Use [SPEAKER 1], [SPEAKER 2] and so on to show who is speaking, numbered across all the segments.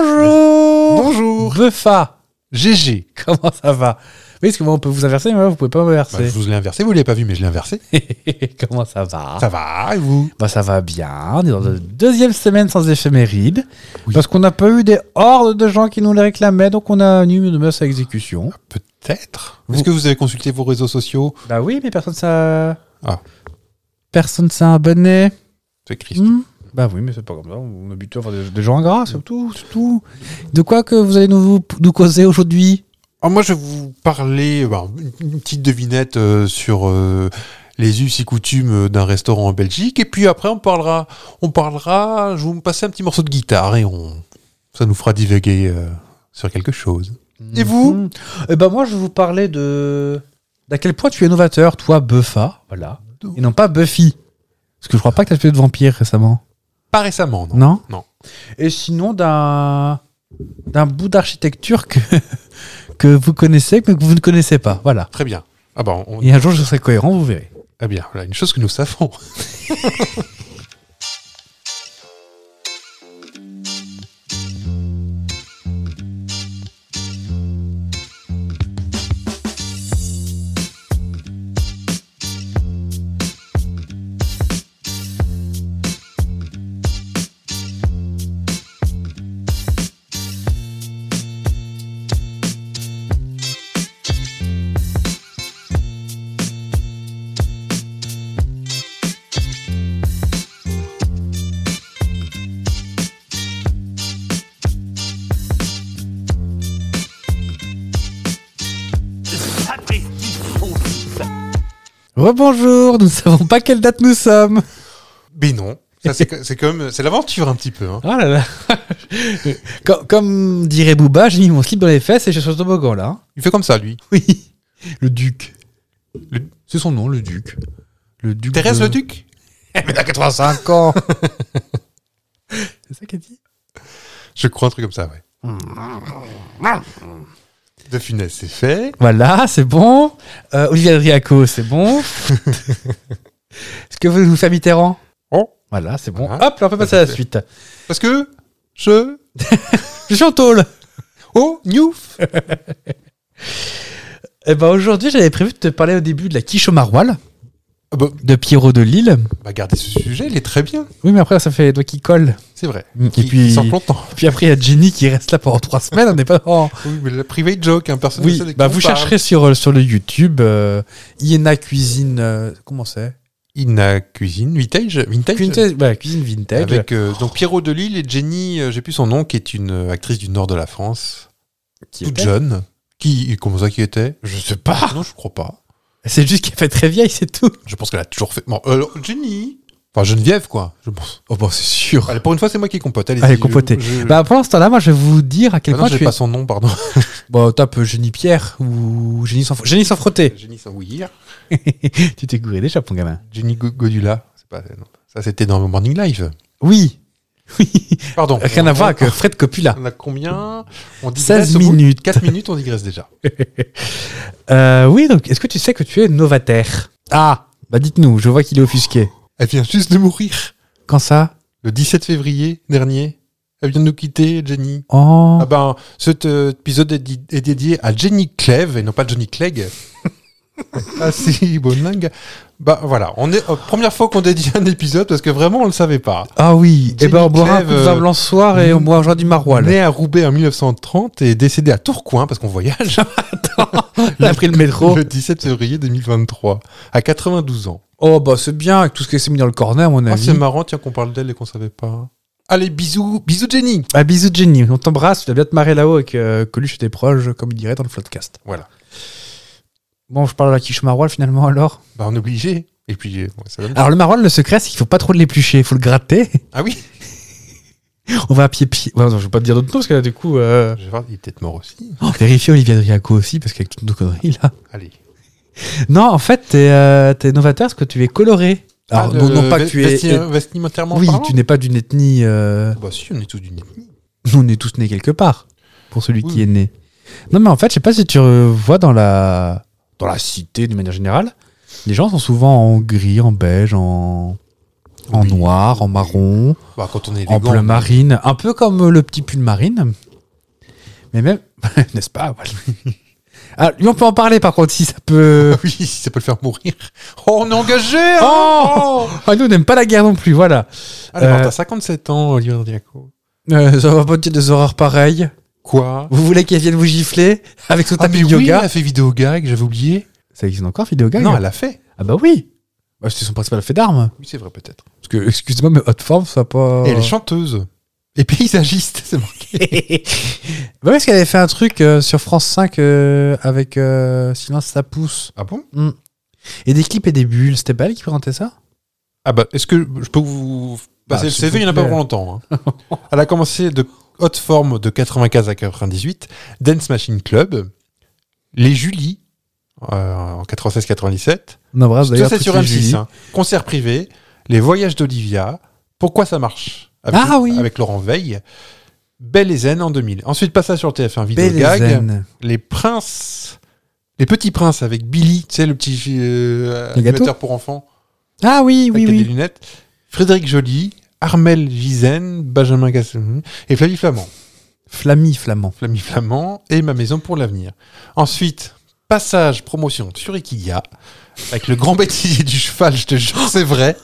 [SPEAKER 1] Bonjour
[SPEAKER 2] Bonjour
[SPEAKER 1] Befa GG, comment ça va Oui, parce que moi, on peut vous inverser, mais moi, vous pouvez pas
[SPEAKER 2] Bah,
[SPEAKER 1] m'inverser.
[SPEAKER 2] Je vous l'ai inversé, vous l'avez pas vu, mais je l'ai inversé.
[SPEAKER 1] comment Bah, ça va
[SPEAKER 2] Ça va, et vous
[SPEAKER 1] Bah, ça va bien, on est dans la deuxième semaine sans éphéméride,
[SPEAKER 2] Oui.
[SPEAKER 1] parce qu'on n'a pas eu des hordes de gens qui nous les réclamaient, donc on a mis une menace à exécution.
[SPEAKER 2] Peut-être.
[SPEAKER 1] Vous-
[SPEAKER 2] Est-ce que vous avez consulté vos réseaux sociaux
[SPEAKER 1] Bah oui, mais personne ça...
[SPEAKER 2] Ah.
[SPEAKER 1] Personne s'est abonné.
[SPEAKER 2] C'est Christ.
[SPEAKER 1] Hmm. Bah oui, mais c'est pas comme ça. On est habitué à avoir des, des gens ingrats, c'est tout, c'est tout. De quoi que vous allez nous, nous causer aujourd'hui
[SPEAKER 2] Alors, moi, je vais vous parler bah, une une petite devinette euh, sur euh, les us et coutumes euh, d'un restaurant en Belgique. Et puis après, on parlera, on parlera, je vais vous passer un petit morceau de guitare et on, ça nous fera divaguer euh, sur quelque chose. Et vous
[SPEAKER 1] Mhm. Eh ben moi, je vais vous parler de... D'à quel point tu es innovateur, toi, Buffa, voilà. Et non pas Buffy. Parce que je crois pas que t'as fait de vampire récemment.
[SPEAKER 2] Pas récemment, non,
[SPEAKER 1] Non
[SPEAKER 2] Non.
[SPEAKER 1] Et sinon, d'un... D'un bout d'architecture que... que vous connaissez, mais que vous ne connaissez pas, voilà.
[SPEAKER 2] Très bien. Ah bah, on,
[SPEAKER 1] Et un jour, je serai cohérent, vous verrez.
[SPEAKER 2] ah bien, voilà, une chose que nous savons.
[SPEAKER 1] Rebonjour, nous ne savons pas quelle date nous sommes.
[SPEAKER 2] Mais non. Ça, c'est c'est comme, c'est l'aventure un petit peu. hein.
[SPEAKER 1] Ah là là. comme, comme dirait Booba, j'ai mis mon slip dans les fesses et je suis sur le toboggan là.
[SPEAKER 2] Il fait comme ça, lui.
[SPEAKER 1] Oui. Le duc.
[SPEAKER 2] Le-
[SPEAKER 1] C'est son nom, le duc. Le duc.
[SPEAKER 2] Thérèse
[SPEAKER 1] de-
[SPEAKER 2] le Duc Eh, mais t'as 85
[SPEAKER 1] 85 ans. C'est ça qu'elle dit
[SPEAKER 2] Je crois un truc comme ça, ouais.
[SPEAKER 1] Hmm.
[SPEAKER 2] De Funès, c'est fait.
[SPEAKER 1] Voilà, c'est bon. Euh, Olivier Adriaco, c'est bon. Est-ce que vous nous faire Mitterrand
[SPEAKER 2] Oh.
[SPEAKER 1] Voilà, c'est bon.
[SPEAKER 2] Voilà.
[SPEAKER 1] Hop, là, on peut passer à la suite.
[SPEAKER 2] Parce que je...
[SPEAKER 1] Je suis en tôle.
[SPEAKER 2] Oh, Newf
[SPEAKER 1] Eh ben aujourd'hui, j'avais prévu de te parler au début de la quiche au maroilles
[SPEAKER 2] Ah bah,
[SPEAKER 1] de Pierrot de Lille.
[SPEAKER 2] bah, gardez ce sujet, il est très bien.
[SPEAKER 1] Oui, mais après, ça fait les doigts qui collent.
[SPEAKER 2] C'est vrai.
[SPEAKER 1] Et
[SPEAKER 2] Il-
[SPEAKER 1] puis-
[SPEAKER 2] Il semble longtemps.
[SPEAKER 1] Puis après, il y a Jenny qui reste là pendant trois semaines. On n'est pas. en-
[SPEAKER 2] Oui, mais la private joke, hein, personne ne
[SPEAKER 1] Oui,
[SPEAKER 2] sait de
[SPEAKER 1] bah
[SPEAKER 2] qui on
[SPEAKER 1] vous
[SPEAKER 2] parle.
[SPEAKER 1] chercherez sur, euh, sur le YouTube euh, Iena Cuisine. euh, comment c'est
[SPEAKER 2] Ina Cuisine, Vintage. Vintage.
[SPEAKER 1] Cuisine, bah, cuisine Vintage.
[SPEAKER 2] Avec euh, donc Pierrot de Lille et Jenny, euh, j'ai plus son nom, qui est une euh, actrice du nord de la France,
[SPEAKER 1] Qui
[SPEAKER 2] toute
[SPEAKER 1] était-
[SPEAKER 2] jeune. Qui, comment ça, qui était
[SPEAKER 1] Je sais pas.
[SPEAKER 2] Non, je crois pas.
[SPEAKER 1] C'est juste qu'elle fait très vieille, c'est tout.
[SPEAKER 2] Je pense qu'elle a toujours fait. Bon, euh, Jenny Enfin, Geneviève, quoi. Je pense.
[SPEAKER 1] Oh, bah, c'est sûr.
[SPEAKER 2] Allez, pour une fois, c'est moi qui compote. Allez,
[SPEAKER 1] Allez, compotez. Bah, pendant ce temps-là, moi, je vais vous dire à quel point
[SPEAKER 2] Ah j'ai
[SPEAKER 1] tu es.
[SPEAKER 2] pas son nom, pardon.
[SPEAKER 1] Bon, tape euh, Génie Pierre ou Génie sans, Génie sans frotter.
[SPEAKER 2] Jenny Sawyer.
[SPEAKER 1] tu t'es gouré déjà, mon gamin.
[SPEAKER 2] Jenny Go- Godula. C'est pas, non. Ça, c'était dans Morning Live.
[SPEAKER 1] Oui. Oui.
[SPEAKER 2] Pardon.
[SPEAKER 1] Rien
[SPEAKER 2] On-
[SPEAKER 1] à voir
[SPEAKER 2] on-
[SPEAKER 1] avec Fred Copula.
[SPEAKER 2] On a combien on
[SPEAKER 1] 16 minutes.
[SPEAKER 2] 4 minutes, on digresse déjà.
[SPEAKER 1] Euh, oui, donc est-ce que tu sais que tu es novataire Ah, bah dites-nous, je vois qu'il est offusqué.
[SPEAKER 2] Elle vient juste de mourir.
[SPEAKER 1] Quand ça
[SPEAKER 2] Le 17 février dernier. Elle vient de nous quitter, Jenny.
[SPEAKER 1] Oh,
[SPEAKER 2] Ah ben, cet euh, épisode est, di- est dédié à Jenny Cleve et non pas Johnny Clegg. ah si, bonne langue. Bah voilà, on est euh, première fois qu'on dédie un épisode parce que vraiment on le savait pas.
[SPEAKER 1] ah oui, eh
[SPEAKER 2] Jenny
[SPEAKER 1] ben on boira un
[SPEAKER 2] Clèves,
[SPEAKER 1] coup de vin blanc ce soir et on
[SPEAKER 2] mm,
[SPEAKER 1] boira du maroilles.
[SPEAKER 2] Né à Roubaix en 1930 et décédé à Tourcoing parce qu'on voyage
[SPEAKER 1] On a pris le métro.
[SPEAKER 2] le 17 février 2023 à 92 ans.
[SPEAKER 1] Oh bah c'est bien, avec tout ce qui s'est mis dans le cornet à mon
[SPEAKER 2] Ah,
[SPEAKER 1] avis.
[SPEAKER 2] c'est marrant, tiens qu'on parle d'elle et qu'on savait pas. Allez, bisous, bisous Jenny.
[SPEAKER 1] Ah, bisous Jenny, on t'embrasse, tu vas bien te marrer là-haut avec euh, Coluche et tes proches, comme il dirait dans le floodcast.
[SPEAKER 2] Voilà.
[SPEAKER 1] Bon, je parle de la quiche maroilles finalement alors.
[SPEAKER 2] Bah on est obligé. Et puis euh, ouais, ça donne-
[SPEAKER 1] Alors le maroilles, le secret c'est qu'il faut pas trop l'éplucher, il faut le gratter.
[SPEAKER 2] Ah oui,
[SPEAKER 1] On va à pied pied. Ouais, non, je vais pas te dire d'autres noms parce que là du coup... Euh...
[SPEAKER 2] je vais voir, il est peut-être mort aussi.
[SPEAKER 1] Oh, vérifier Olivier Adriaco aussi parce qu'avec toutes nos conneries là.
[SPEAKER 2] Allez.
[SPEAKER 1] Non, en fait, t'es euh, t'es novateur parce que tu es coloré. Alors,
[SPEAKER 2] Ah,
[SPEAKER 1] non,
[SPEAKER 2] le-
[SPEAKER 1] non pas
[SPEAKER 2] ve-
[SPEAKER 1] que tu es.
[SPEAKER 2] vesti- vestimentairement
[SPEAKER 1] oui,
[SPEAKER 2] parlant
[SPEAKER 1] tu n'es pas d'une ethnie. euh,
[SPEAKER 2] Bah si, on est tous d'une ethnie.
[SPEAKER 1] on est tous nés quelque part, pour celui
[SPEAKER 2] Oui.
[SPEAKER 1] qui est né. Non, mais en fait, je sais pas si tu euh, vois dans la, dans la cité, de manière générale, les gens sont souvent en gris, en beige, en, En
[SPEAKER 2] Oui.
[SPEAKER 1] noir, en marron,
[SPEAKER 2] Bah, quand on est
[SPEAKER 1] en bleu
[SPEAKER 2] élégant,
[SPEAKER 1] marine. Un peu comme euh, le petit pull marine. Mais même. N'est-ce pas voilà. Ah, lui, on peut en parler par contre, si ça peut.
[SPEAKER 2] Ah Oui, si ça peut le faire mourir. Oh, on est engagé hein
[SPEAKER 1] Oh Ah, nous, on n'aime pas la guerre non plus, voilà.
[SPEAKER 2] Alors,
[SPEAKER 1] Euh,
[SPEAKER 2] t'as 57 ans, Olivier Diaco.
[SPEAKER 1] Euh, ça va pas dire des horreurs pareilles.
[SPEAKER 2] Quoi
[SPEAKER 1] Vous voulez qu'elle vienne vous gifler avec son
[SPEAKER 2] Ah,
[SPEAKER 1] tapis
[SPEAKER 2] mais
[SPEAKER 1] de
[SPEAKER 2] oui,
[SPEAKER 1] yoga
[SPEAKER 2] elle a fait vidéo gag, j'avais oublié.
[SPEAKER 1] Ça existe encore, vidéo gag
[SPEAKER 2] Non, elle a fait.
[SPEAKER 1] Ah bah oui bah, C'était son principal fait d'armes.
[SPEAKER 2] Oui, c'est vrai, peut-être.
[SPEAKER 1] Parce que, excusez-moi, mais haute forme, ça va pas...
[SPEAKER 2] Et elle est chanteuse. Et paysagiste, c'est marqué.
[SPEAKER 1] bah oui, parce qu'elle avait fait un truc euh, sur France 5 euh, avec euh, Silence ça pousse.
[SPEAKER 2] Ah bon
[SPEAKER 1] Et des clips et des bulles, c'était pas elle qui présentait ça
[SPEAKER 2] Ah bah, est-ce que je peux vous Bah, passer
[SPEAKER 1] Ah,
[SPEAKER 2] le
[SPEAKER 1] s'il
[SPEAKER 2] CV
[SPEAKER 1] vous
[SPEAKER 2] Il n'y en a pas
[SPEAKER 1] plaît.
[SPEAKER 2] pour longtemps. hein. Elle a commencé de haute forme de 95 à 98, Dance Machine Club, Les Julies euh, en 96-97,
[SPEAKER 1] On embrasse
[SPEAKER 2] tout
[SPEAKER 1] d'ailleurs
[SPEAKER 2] ça
[SPEAKER 1] toutes
[SPEAKER 2] sur
[SPEAKER 1] les
[SPEAKER 2] M6,
[SPEAKER 1] Julie.
[SPEAKER 2] hein. concert privé, Les Voyages d'Olivia, Pourquoi ça marche avec,
[SPEAKER 1] Ah oui.
[SPEAKER 2] avec Laurent Veil, Belle et Zen en 2000. Ensuite, passage sur TF1 Vidéo
[SPEAKER 1] Belle et
[SPEAKER 2] Gag,
[SPEAKER 1] zen.
[SPEAKER 2] les princes, les petits princes avec Billy, tu sais, le petit
[SPEAKER 1] Le
[SPEAKER 2] euh,
[SPEAKER 1] gâteau
[SPEAKER 2] animateur pour enfants
[SPEAKER 1] Ah oui, oui,
[SPEAKER 2] avec des
[SPEAKER 1] oui.
[SPEAKER 2] lunettes, Frédéric Joly, Armel Gizen, Benjamin Gasselin et Flavie Flamand.
[SPEAKER 1] Flammy, flamand.
[SPEAKER 2] Flavie Flamand et Ma Maison pour l'avenir. Ensuite, passage promotion sur Ikiga avec le grand bêtisier du cheval, je te jure, c'est vrai,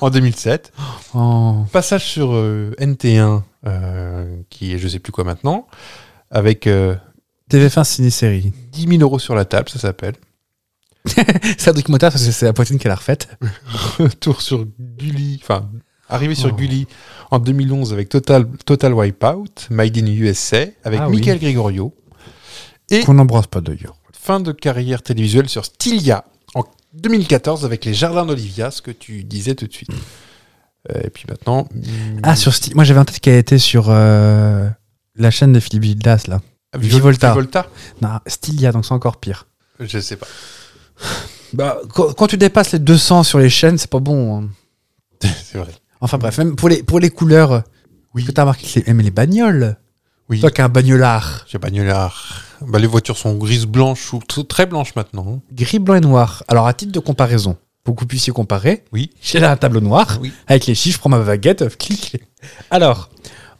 [SPEAKER 2] en 2007.
[SPEAKER 1] Oh.
[SPEAKER 2] Passage sur euh, NT1, euh, qui est je sais plus quoi maintenant, avec euh,
[SPEAKER 1] TVF1 ciné-série.
[SPEAKER 2] 10 000 euros sur la table, ça s'appelle.
[SPEAKER 1] C'est un documentaire parce que c'est la poitrine qu'elle a refaite.
[SPEAKER 2] tour sur Gulli, enfin, arrivé sur
[SPEAKER 1] Oh.
[SPEAKER 2] Gulli en 2011 avec Total, Total Wipeout, Made in USA, avec
[SPEAKER 1] Ah oui.
[SPEAKER 2] Michael Gregorio. Et
[SPEAKER 1] Qu'on n'embrasse pas d'ailleurs.
[SPEAKER 2] fin de carrière télévisuelle sur Stylia en 2014 avec Les Jardins d'Olivia, ce que tu disais tout de suite. Euh, Et puis maintenant. mm,
[SPEAKER 1] Ah, sur Sti- Moi, j'avais en tête qu'elle était sur euh, la chaîne de Philippe Gildas, là.
[SPEAKER 2] Vivol-
[SPEAKER 1] Ah, Vivolta.
[SPEAKER 2] Vivolta
[SPEAKER 1] Non, Stylia, donc c'est encore pire.
[SPEAKER 2] Je sais pas.
[SPEAKER 1] Bah, quand, quand tu dépasses les 200 sur les chaînes, c'est pas bon. hein.
[SPEAKER 2] C'est vrai.
[SPEAKER 1] Enfin bref, même pour les, pour les couleurs,
[SPEAKER 2] Oui.
[SPEAKER 1] que t'as remarqué que les- même les bagnoles.
[SPEAKER 2] Oui.
[SPEAKER 1] Toi qui as un bagnolard,
[SPEAKER 2] J'ai Bagnolard. Bah, les voitures sont grises blanches ou t- très blanches maintenant. hein.
[SPEAKER 1] gris, blanc et noir. Alors, à titre de comparaison, pour que vous puissiez comparer,
[SPEAKER 2] Oui.
[SPEAKER 1] j'ai là un tableau noir
[SPEAKER 2] Oui.
[SPEAKER 1] avec les chiffres, je prends ma baguette, clique. Alors,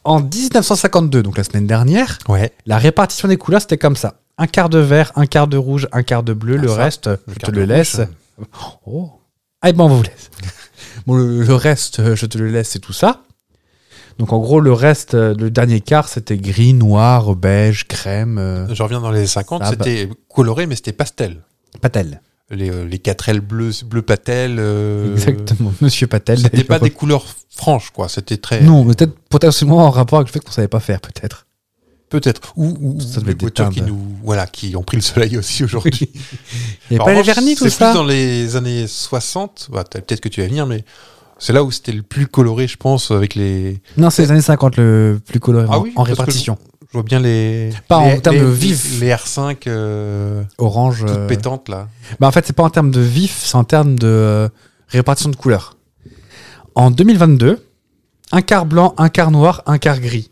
[SPEAKER 1] en 1952, donc la semaine dernière,
[SPEAKER 2] Ouais.
[SPEAKER 1] La répartition des couleurs, c'était comme ça. Un quart de vert, un quart de rouge, un quart de bleu,
[SPEAKER 2] Ah,
[SPEAKER 1] le
[SPEAKER 2] ça,
[SPEAKER 1] reste, je te
[SPEAKER 2] quart
[SPEAKER 1] le
[SPEAKER 2] de
[SPEAKER 1] laisse.
[SPEAKER 2] rouge. hein.
[SPEAKER 1] Oh.
[SPEAKER 2] Eh
[SPEAKER 1] Ah,
[SPEAKER 2] ben,
[SPEAKER 1] bon, on vous laisse. Bon, le, le reste, euh, je te le laisse, c'est tout ça. Donc, en gros, le reste, euh, le dernier quart, c'était gris, noir, beige, crème, euh,
[SPEAKER 2] Je reviens dans les 50,
[SPEAKER 1] Ah, bah.
[SPEAKER 2] c'était coloré, mais c'était pastel.
[SPEAKER 1] patel.
[SPEAKER 2] les, euh, les 4L bleu, bleu patel. euh,
[SPEAKER 1] Exactement, monsieur patel.
[SPEAKER 2] C'était pas
[SPEAKER 1] d'ailleurs.
[SPEAKER 2] des couleurs franches, quoi. C'était très.
[SPEAKER 1] Non, mais peut-être potentiellement en rapport avec le fait qu'on savait pas faire, peut-être.
[SPEAKER 2] Peut-être. Ou, ou
[SPEAKER 1] Ça devait
[SPEAKER 2] ou des
[SPEAKER 1] être des
[SPEAKER 2] voitures qui,
[SPEAKER 1] timbres.
[SPEAKER 2] nous, voilà, qui ont pris le soleil aussi aujourd'hui.
[SPEAKER 1] Il n'y avait
[SPEAKER 2] En
[SPEAKER 1] pas les
[SPEAKER 2] revanche,
[SPEAKER 1] vernis, tout
[SPEAKER 2] C'est plus
[SPEAKER 1] ça
[SPEAKER 2] dans les années 60. Bah, t'as- Peut-être que tu vas venir, mais c'est là où c'était le plus coloré, je pense, avec les.
[SPEAKER 1] Non, c'est les années 50 le plus coloré
[SPEAKER 2] Ah
[SPEAKER 1] en-
[SPEAKER 2] oui,
[SPEAKER 1] en
[SPEAKER 2] parce que je-
[SPEAKER 1] répartition.
[SPEAKER 2] Je vois bien les.
[SPEAKER 1] Pas en
[SPEAKER 2] les-
[SPEAKER 1] termes
[SPEAKER 2] les-
[SPEAKER 1] de vif.
[SPEAKER 2] Les R5 euh,
[SPEAKER 1] Orange.
[SPEAKER 2] toutes
[SPEAKER 1] euh,
[SPEAKER 2] pétantes, là.
[SPEAKER 1] Bah en fait, c'est pas en termes de vif, c'est en termes de euh, répartition de couleurs. En 2022, un quart blanc, un quart noir, un quart gris.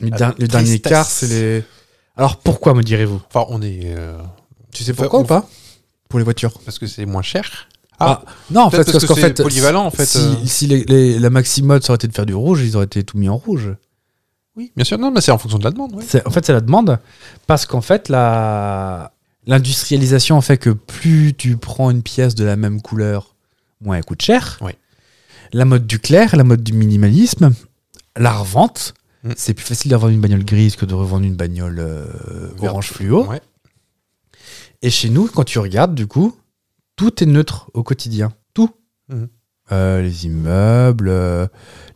[SPEAKER 1] Le,
[SPEAKER 2] Ah,
[SPEAKER 1] der- le
[SPEAKER 2] tristesse.
[SPEAKER 1] dernier quart, c'est les. Alors pourquoi me direz-vous
[SPEAKER 2] Enfin, on est. euh,
[SPEAKER 1] Tu sais
[SPEAKER 2] Enfin,
[SPEAKER 1] pourquoi
[SPEAKER 2] on-
[SPEAKER 1] ou pas Pour les voitures.
[SPEAKER 2] parce que c'est moins cher.
[SPEAKER 1] Ah, Non, en fait,
[SPEAKER 2] Peut-être
[SPEAKER 1] parce, qu'en
[SPEAKER 2] c'est
[SPEAKER 1] fait,
[SPEAKER 2] polyvalent, en fait.
[SPEAKER 1] si,
[SPEAKER 2] euh.
[SPEAKER 1] si les- les- la maximode ça aurait été de faire du rouge, ils auraient été tout mis en rouge.
[SPEAKER 2] Oui, bien sûr. Non, mais c'est en fonction de la demande. oui.
[SPEAKER 1] C'est- En fait, c'est la demande parce qu'en fait, la l'industrialisation fait que plus tu prends une pièce de la même couleur, moins elle coûte cher.
[SPEAKER 2] Oui.
[SPEAKER 1] La mode du clair, la mode du minimalisme, la revente.
[SPEAKER 2] Mm.
[SPEAKER 1] C'est plus facile d'avoir une bagnole grise que de revendre une bagnole euh,
[SPEAKER 2] Verte.
[SPEAKER 1] orange fluo.
[SPEAKER 2] Ouais.
[SPEAKER 1] Et chez nous, quand tu regardes, du coup, tout est neutre au quotidien. Tout.
[SPEAKER 2] Mhm.
[SPEAKER 1] Euh, les immeubles, euh,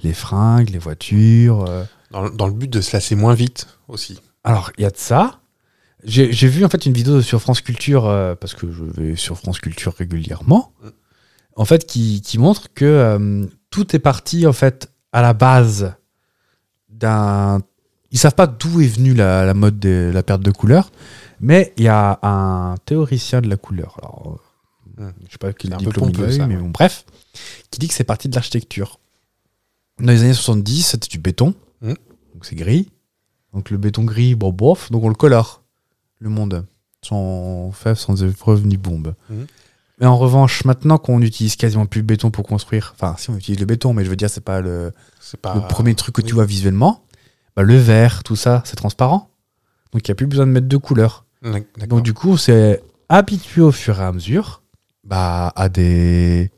[SPEAKER 1] les fringues, les voitures. euh,
[SPEAKER 2] Dans, dans le but de se lasser moins vite aussi.
[SPEAKER 1] Alors, il y a de ça. J'ai j'ai vu en fait une vidéo sur France Culture, euh, parce que je vais sur France Culture régulièrement,
[SPEAKER 2] Mm.
[SPEAKER 1] en fait, qui, qui montre que euh, tout est parti en fait à la base d'un. Ils savent pas d'où est venue la, la mode de la perte de couleur, mais il y a un théoricien de la couleur. Alors, euh,
[SPEAKER 2] Mm.
[SPEAKER 1] je sais pas quel
[SPEAKER 2] C'est un peu
[SPEAKER 1] diplôme il a
[SPEAKER 2] pompeux,
[SPEAKER 1] eu,
[SPEAKER 2] ça,
[SPEAKER 1] mais
[SPEAKER 2] ouais.
[SPEAKER 1] bon, bref, qui dit que c'est parti de l'architecture. Dans les années 70, c'était du béton,
[SPEAKER 2] Mm.
[SPEAKER 1] donc c'est gris. Donc le béton gris, bon bof, donc on le colore, le monde, sans fèves, sans épreuve ni bombe.
[SPEAKER 2] Mhm.
[SPEAKER 1] Mais en revanche, maintenant qu'on utilise quasiment plus le béton pour construire, enfin, si on utilise le béton, mais je veux dire, c'est pas le,
[SPEAKER 2] C'est pas
[SPEAKER 1] le premier truc que
[SPEAKER 2] Ah, oui.
[SPEAKER 1] tu vois visuellement, bah, le vert, tout ça, c'est transparent. Donc, il n'y a plus besoin de mettre de couleurs.
[SPEAKER 2] D'ac- d'accord.
[SPEAKER 1] Donc, du coup, c'est habitué au fur et à mesure bah, à, des,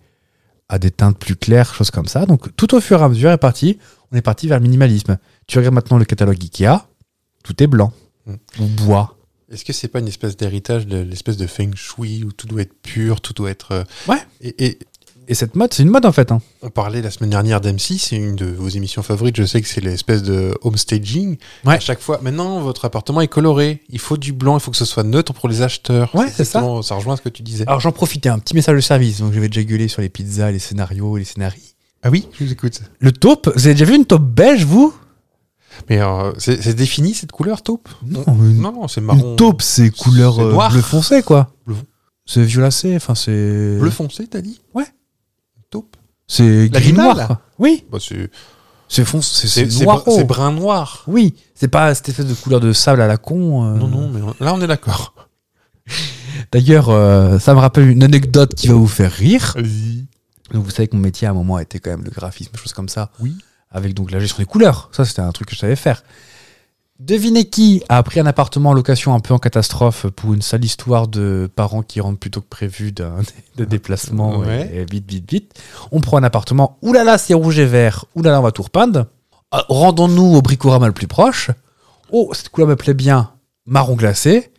[SPEAKER 1] à des teintes plus claires, choses comme ça. Donc, tout au fur et à mesure, est parti, on est parti vers le minimalisme. Tu regardes maintenant le catalogue Ikea, tout est blanc
[SPEAKER 2] Mm.
[SPEAKER 1] ou bois.
[SPEAKER 2] Est-ce que c'est pas une espèce d'héritage de l'espèce de feng shui où tout doit être pur, tout doit être. euh,
[SPEAKER 1] Ouais.
[SPEAKER 2] Et, et
[SPEAKER 1] Et cette mode, c'est une mode en fait. hein.
[SPEAKER 2] on parlait la semaine dernière d'M6, c'est une de vos émissions favorites. Je sais que c'est l'espèce de home staging.
[SPEAKER 1] Ouais.
[SPEAKER 2] À chaque fois, maintenant, votre appartement est coloré. Il faut du blanc, il faut que ce soit neutre pour les acheteurs.
[SPEAKER 1] Ouais, c'est ça.
[SPEAKER 2] exactement- Ça rejoint ce que tu disais.
[SPEAKER 1] Alors j'en profitais, un petit message de service, donc je vais déjà gueuler sur les pizzas, les scénarios, les scénarii.
[SPEAKER 2] Ah oui, je vous écoute.
[SPEAKER 1] Le taupe, vous avez déjà vu une taupe beige, vous
[SPEAKER 2] Mais euh, c'est c'est défini cette couleur taupe
[SPEAKER 1] Non, une,
[SPEAKER 2] Non, non, c'est marron.
[SPEAKER 1] une taupe, c'est couleur
[SPEAKER 2] C'est
[SPEAKER 1] euh,
[SPEAKER 2] noir.
[SPEAKER 1] bleu foncé, quoi.
[SPEAKER 2] Bleu.
[SPEAKER 1] C'est violacé, enfin c'est...
[SPEAKER 2] Bleu foncé, t'as dit
[SPEAKER 1] Ouais.
[SPEAKER 2] Taupe.
[SPEAKER 1] C'est
[SPEAKER 2] La
[SPEAKER 1] gris
[SPEAKER 2] grimaille,
[SPEAKER 1] noir.
[SPEAKER 2] là.
[SPEAKER 1] quoi. Oui,
[SPEAKER 2] Bah, c'est
[SPEAKER 1] c'est foncé,
[SPEAKER 2] c'est-
[SPEAKER 1] c'est
[SPEAKER 2] c'est
[SPEAKER 1] noir.
[SPEAKER 2] br- c'est brun noir.
[SPEAKER 1] Oui, c'est pas cette espèce de couleur de sable à la con. euh.
[SPEAKER 2] Non, non, mais on- là, on est d'accord.
[SPEAKER 1] D'ailleurs, euh, ça me rappelle une anecdote qui va vous faire rire. Donc vous savez que mon métier à un moment était quand même le graphisme, choses comme ça.
[SPEAKER 2] Oui.
[SPEAKER 1] Avec donc la gestion des couleurs. Ça, c'était un truc que je savais faire. Devinez qui a pris un appartement en location un peu en catastrophe pour une sale histoire de parents qui rentrent plutôt que prévu d'un- de déplacement et-
[SPEAKER 2] Ah, Ouais.
[SPEAKER 1] et, vite, vite, vite. On prend un appartement. Oulala, là là, c'est rouge et vert. Oulala, là là, on va tout repeindre. Ah, Rendons-nous au bricorama le plus proche. Oh, cette couleur me plaît bien. Marron glacé.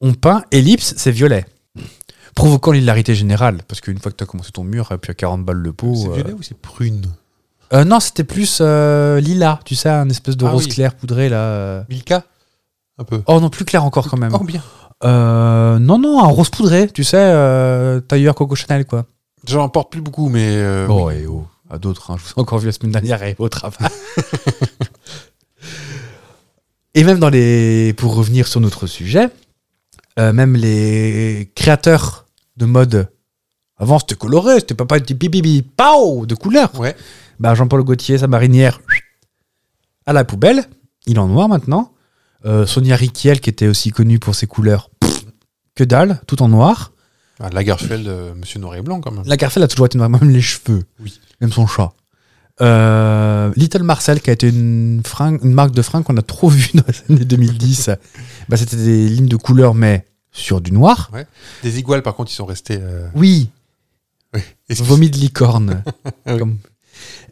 [SPEAKER 1] On peint. Ellipse, c'est violet. Provoquant l'hilarité générale. Parce qu'une fois que tu as commencé ton mur, et puis à 40 balles le pot.
[SPEAKER 2] C'est
[SPEAKER 1] euh,
[SPEAKER 2] violet ou c'est prune
[SPEAKER 1] euh, non, c'était plus euh, lilas, tu sais, un espèce de
[SPEAKER 2] Ah
[SPEAKER 1] rose
[SPEAKER 2] oui.
[SPEAKER 1] clair poudré là. euh.
[SPEAKER 2] Milka Un peu.
[SPEAKER 1] Oh non, plus clair encore quand même.
[SPEAKER 2] Oh, bien.
[SPEAKER 1] Euh, non, non, un rose poudré, tu sais, euh, tailleur Coco Chanel quoi.
[SPEAKER 2] J'en porte plus beaucoup, mais. euh,
[SPEAKER 1] Oh, et oh, à d'autres, hein, je vous ai encore vu la semaine dernière et au travail. et même dans les. Pour revenir sur notre sujet, euh, même les créateurs de mode. Avant, c'était coloré, c'était papa du bibi, pao, de couleur.
[SPEAKER 2] Ouais.
[SPEAKER 1] Bah, Jean-Paul Gaultier, sa marinière, à la poubelle. Il est en noir maintenant. Euh, Sonia Riquiel, qui était aussi connue pour ses couleurs, pff, que dalle, tout en noir.
[SPEAKER 2] Ah, Lagerfeld, euh, monsieur noir et blanc quand même.
[SPEAKER 1] La Garfield a toujours été noire, même les cheveux,
[SPEAKER 2] Oui.
[SPEAKER 1] même son chat. Euh, Little Marcel, qui a été une, fringue- une marque de fringues qu'on a trop vue dans les années 2010, bah, c'était des lignes de couleur, mais sur du noir.
[SPEAKER 2] Des iguales, par contre, ils sont restés. euh,
[SPEAKER 1] Oui,
[SPEAKER 2] esquisses.
[SPEAKER 1] vomi de licorne.
[SPEAKER 2] Ah oui.
[SPEAKER 1] Comme-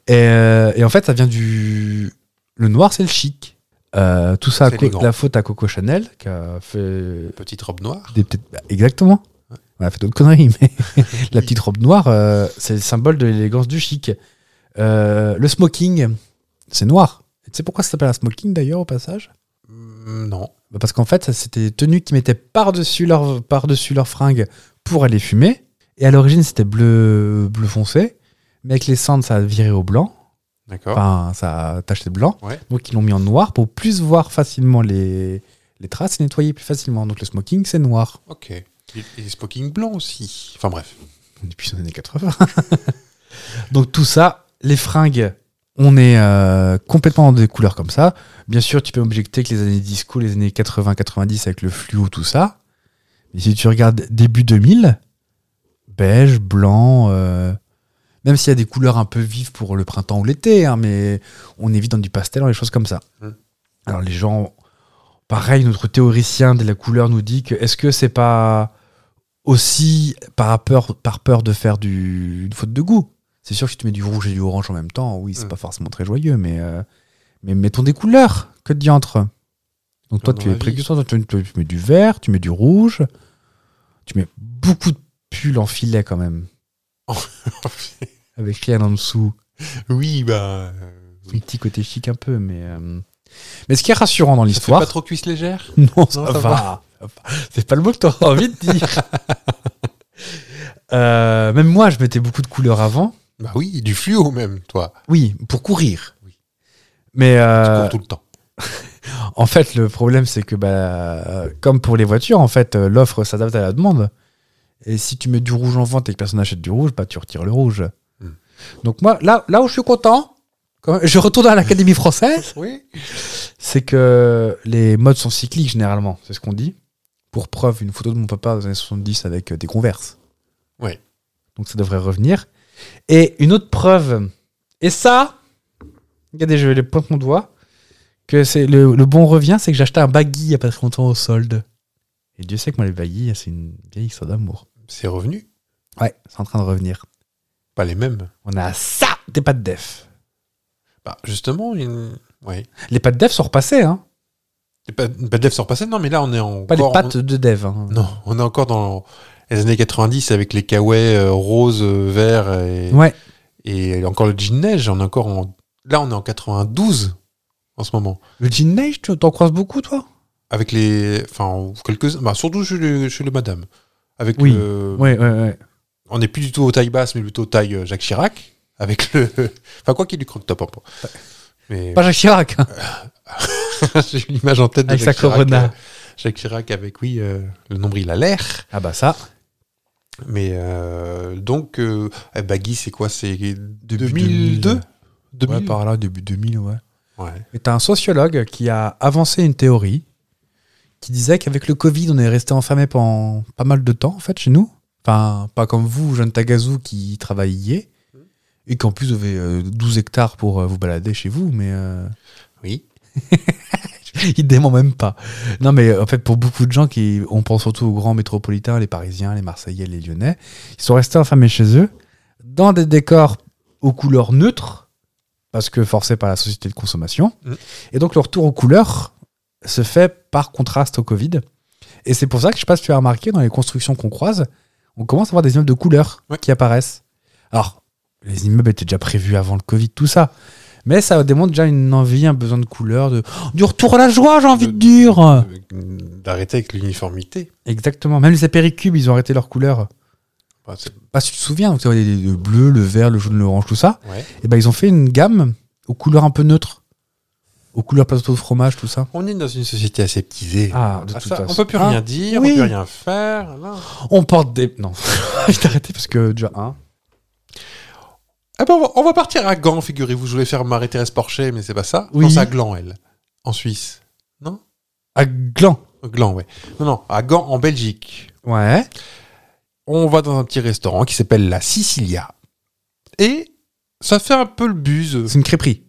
[SPEAKER 1] Et, euh, et en fait, ça vient du. Le noir, c'est le chic. Euh, tout ça, à
[SPEAKER 2] C'est
[SPEAKER 1] co-
[SPEAKER 2] élégant.
[SPEAKER 1] la faute à Coco Chanel, qui a fait
[SPEAKER 2] Petite robe noire.
[SPEAKER 1] des petites- bah, Exactement. On a fait d'autres conneries, mais la petite robe noire, euh, c'est le symbole de l'élégance du chic. Euh, le smoking, c'est noir. Et tu sais pourquoi ça s'appelle un smoking d'ailleurs au passage
[SPEAKER 2] Mm, non.
[SPEAKER 1] Bah, Parce qu'en fait, ça, c'était des tenues qu'ils mettaient par-dessus leur, par-dessus leur fringue pour aller fumer. Et à l'origine, c'était bleu, bleu foncé. Mais avec les cendres, ça a viré au blanc.
[SPEAKER 2] D'accord.
[SPEAKER 1] Enfin, ça a taché de blanc.
[SPEAKER 2] Ouais.
[SPEAKER 1] Donc, ils l'ont mis en noir pour plus voir facilement les, les traces et nettoyer plus facilement. Donc, le smoking, c'est noir.
[SPEAKER 2] ok. Et, et smoking blanc aussi. Enfin bref.
[SPEAKER 1] depuis les années 80. Donc tout ça, les fringues, on est euh, complètement dans des couleurs comme ça. Bien sûr, tu peux objecter que les années disco, les années 80-90 avec le fluo, tout ça. Mais si tu regardes début 2000, beige, blanc, euh, même s'il y a des couleurs un peu vives pour le printemps ou l'été, hein, mais on évite dans du pastel, dans les choses comme ça.
[SPEAKER 2] Mm.
[SPEAKER 1] Alors les gens, pareil, notre théoricien de la couleur nous dit que est-ce que c'est pas aussi par peur, par peur de faire du, une faute de goût. C'est sûr que si tu mets du rouge et du orange en même temps, oui, c'est
[SPEAKER 2] Mm.
[SPEAKER 1] pas forcément très joyeux, mais, euh, mais mettons des couleurs, que de diantre. Donc toi,
[SPEAKER 2] Dans
[SPEAKER 1] tu es
[SPEAKER 2] la vie.
[SPEAKER 1] précurseur, tu, tu- tu mets du vert, tu mets du rouge, tu mets beaucoup de pulls en filet quand même, avec rien en dessous.
[SPEAKER 2] oui, bah. euh,
[SPEAKER 1] Un petit côté chic un peu, mais... euh, Mais ce qui est rassurant dans
[SPEAKER 2] Ça fait pas
[SPEAKER 1] l'histoire...
[SPEAKER 2] trop cuisse légère
[SPEAKER 1] Non, ça,
[SPEAKER 2] Non, ça
[SPEAKER 1] va. C'est pas le mot que t'aurais envie de dire. Euh, même moi, je mettais beaucoup de couleurs avant.
[SPEAKER 2] Bah oui, du fluo même, toi.
[SPEAKER 1] Oui, pour courir.
[SPEAKER 2] Oui.
[SPEAKER 1] Mais
[SPEAKER 2] Tu
[SPEAKER 1] euh,
[SPEAKER 2] cours tout le temps.
[SPEAKER 1] en fait, le problème, c'est que, bah, euh, comme pour les voitures, en fait, euh, l'offre s'adapte à la demande. Et si tu mets du rouge en vente et que personne n'achète du rouge, bah, tu retires le rouge.
[SPEAKER 2] Hmm.
[SPEAKER 1] Donc, moi, là, là où je suis content, quand même, je retourne à l'Académie française,
[SPEAKER 2] Oui.
[SPEAKER 1] c'est que les modes sont cycliques généralement, c'est ce qu'on dit. Pour preuve, une photo de mon papa aux années 70 avec euh, des converses.
[SPEAKER 2] Ouais.
[SPEAKER 1] Donc ça devrait revenir. Et une autre preuve. Et ça, regardez, je vais les pointer mon doigt. Que c'est le, le bon revient, c'est que j'ai acheté un baggy il n'y a pas très longtemps au solde. Et Dieu sait que moi, les baggy, c'est une vieille histoire d'amour.
[SPEAKER 2] C'est revenu.
[SPEAKER 1] Ouais, c'est en train de revenir.
[SPEAKER 2] Pas les mêmes.
[SPEAKER 1] On a ça des pattes def.
[SPEAKER 2] Bah, justement, une... ouais.
[SPEAKER 1] Les pattes def sont repassées, hein.
[SPEAKER 2] Les pa- pas de dev sans passer, non, mais là, on est encore.
[SPEAKER 1] Pas les
[SPEAKER 2] on-
[SPEAKER 1] pattes de dev. hein.
[SPEAKER 2] Non, on est encore dans les années 90 avec les kawaii euh, roses, euh, verts et,
[SPEAKER 1] Ouais.
[SPEAKER 2] et encore le jean neige. On est encore en- Là, on est en 92 en ce moment.
[SPEAKER 1] Le jean neige, tu t'en croises beaucoup, toi
[SPEAKER 2] Avec les. Enfin, quelques. Bah, surtout chez les, chez les madames. Avec
[SPEAKER 1] Oui.
[SPEAKER 2] le-
[SPEAKER 1] Ouais, ouais, ouais.
[SPEAKER 2] On n'est plus du tout aux tailles basses, mais plutôt taille euh, Jacques Chirac. Avec le. Enfin, quoi qu'il y ait du crop top. hein. Mais
[SPEAKER 1] Pas Jacques Chirac. hein.
[SPEAKER 2] j'ai une image en tête de
[SPEAKER 1] Avec sa
[SPEAKER 2] Jacques Chirac,
[SPEAKER 1] corona.
[SPEAKER 2] euh, Jacques Chirac avec, oui, euh, le nombril à l'air.
[SPEAKER 1] Ah bah ça.
[SPEAKER 2] Mais euh, donc, euh, eh, Baggy, c'est quoi C'est 2002
[SPEAKER 1] 2000.
[SPEAKER 2] 2000?
[SPEAKER 1] Ouais, par là, début 2000, ouais.
[SPEAKER 2] Ouais.
[SPEAKER 1] Et t'as un sociologue qui a avancé une théorie qui disait qu'avec le Covid, on est resté enfermé pendant pas mal de temps, en fait, chez nous. Enfin, pas comme vous, jeune Tagazu, qui travailliez. Et qu'en plus, vous avez euh, 12 hectares pour euh, vous balader chez vous, mais... euh,
[SPEAKER 2] Oui.
[SPEAKER 1] Il dément même pas. Non, mais euh, en fait, pour beaucoup de gens qui, on pense surtout aux grands métropolitains, les Parisiens, les Marseillais, les Lyonnais, ils sont restés enfermés chez eux, dans des décors aux couleurs neutres, parce que forcés par la société de consommation.
[SPEAKER 2] Mm.
[SPEAKER 1] Et donc, le retour aux couleurs se fait par contraste au Covid. Et c'est pour ça que je sais pas si tu as remarqué, dans les constructions qu'on croise, on commence à avoir des immeubles de couleurs
[SPEAKER 2] Ouais.
[SPEAKER 1] qui apparaissent. Alors, les immeubles étaient déjà prévus avant le Covid, tout ça. Mais ça démontre déjà une envie, un besoin de couleur, de du retour à la joie, j'ai envie de
[SPEAKER 2] De-
[SPEAKER 1] dire.
[SPEAKER 2] Euh, D'arrêter avec l'uniformité.
[SPEAKER 1] Exactement. Même les apéricubes, ils ont arrêté leur couleur.
[SPEAKER 2] Bah, c'est-
[SPEAKER 1] Pas si tu te souviens, donc, tu vois, les- le bleu, le vert, le jaune, l'orange, tout ça.
[SPEAKER 2] ouais.
[SPEAKER 1] Et ben ils ont fait une gamme aux couleurs un peu neutres, aux couleurs plateau de fromage, tout ça.
[SPEAKER 2] On est dans une société aseptisée.
[SPEAKER 1] Ah, de
[SPEAKER 2] Ah,
[SPEAKER 1] toute
[SPEAKER 2] ça,
[SPEAKER 1] façon.
[SPEAKER 2] on peut plus
[SPEAKER 1] Hein
[SPEAKER 2] rien dire,
[SPEAKER 1] Oui.
[SPEAKER 2] on peut plus rien faire. là.
[SPEAKER 1] On porte des. Non, je vais t'arrêter parce que déjà hein. un.
[SPEAKER 2] Ah bah, on, va, on va partir à Gand, figurez-vous. Je voulais faire Marie-Thérèse Porcher, mais c'est pas ça.
[SPEAKER 1] Oui.
[SPEAKER 2] Non, c'est à Gland, elle. En Suisse. Euh,
[SPEAKER 1] À gland.
[SPEAKER 2] Gland, ouais. Non, non, à Gand, en Belgique.
[SPEAKER 1] Ouais.
[SPEAKER 2] on va dans un petit restaurant qui s'appelle la Sicilia. Et ça fait un peu le buzz,
[SPEAKER 1] C'est une crêperie.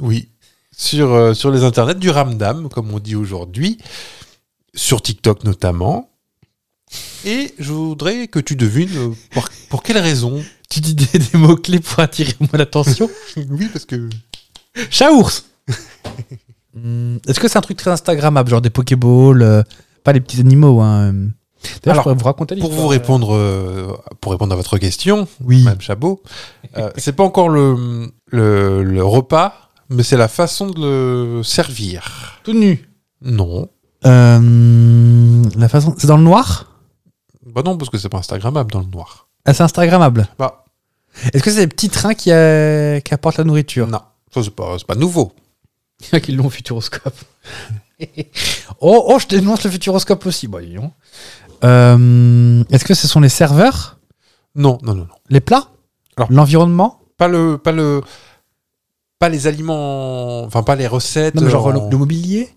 [SPEAKER 2] oui, sur, euh, sur les internets, du ramdam, comme on dit aujourd'hui, sur TikTok notamment. Et je voudrais que tu devines euh, pour, pour quelle raison.
[SPEAKER 1] Tu dis des, des mots-clés pour attirer mon attention.
[SPEAKER 2] oui, parce que.
[SPEAKER 1] Chaours
[SPEAKER 2] Hmm.
[SPEAKER 1] Hum, Est-ce que c'est un truc très Instagrammable, genre des Pokéballs euh, Pas les petits animaux, hein. euh. D'ailleurs, je
[SPEAKER 2] Alors,
[SPEAKER 1] pourrais vous raconter
[SPEAKER 2] Pour
[SPEAKER 1] l'histoire.
[SPEAKER 2] vous répondre, euh, pour répondre à votre question,
[SPEAKER 1] Oui.
[SPEAKER 2] Madame Chabot, euh, c'est pas encore le, le, le repas, mais c'est la façon de le servir.
[SPEAKER 1] Tout nu.
[SPEAKER 2] Non.
[SPEAKER 1] Euh, la façon. C'est dans le noir
[SPEAKER 2] Bah non, parce que c'est pas Instagrammable dans le noir.
[SPEAKER 1] Ah, c'est Instagrammable.
[SPEAKER 2] Bah.
[SPEAKER 1] Est-ce que c'est les petits trains qui, euh, qui apportent la nourriture
[SPEAKER 2] Non, ça c'est pas, c'est pas nouveau.
[SPEAKER 1] qui l'ont au futuroscope. oh, oh, je dénonce le futuroscope aussi. Bah, dis donc. Euh, Est-ce que ce sont les serveurs
[SPEAKER 2] Non, non, non, non.
[SPEAKER 1] Les plats
[SPEAKER 2] Alors-
[SPEAKER 1] L'environnement
[SPEAKER 2] Pas le, pas le, pas les aliments, enfin pas les recettes.
[SPEAKER 1] Non, mais genre
[SPEAKER 2] en-
[SPEAKER 1] le- le mobilier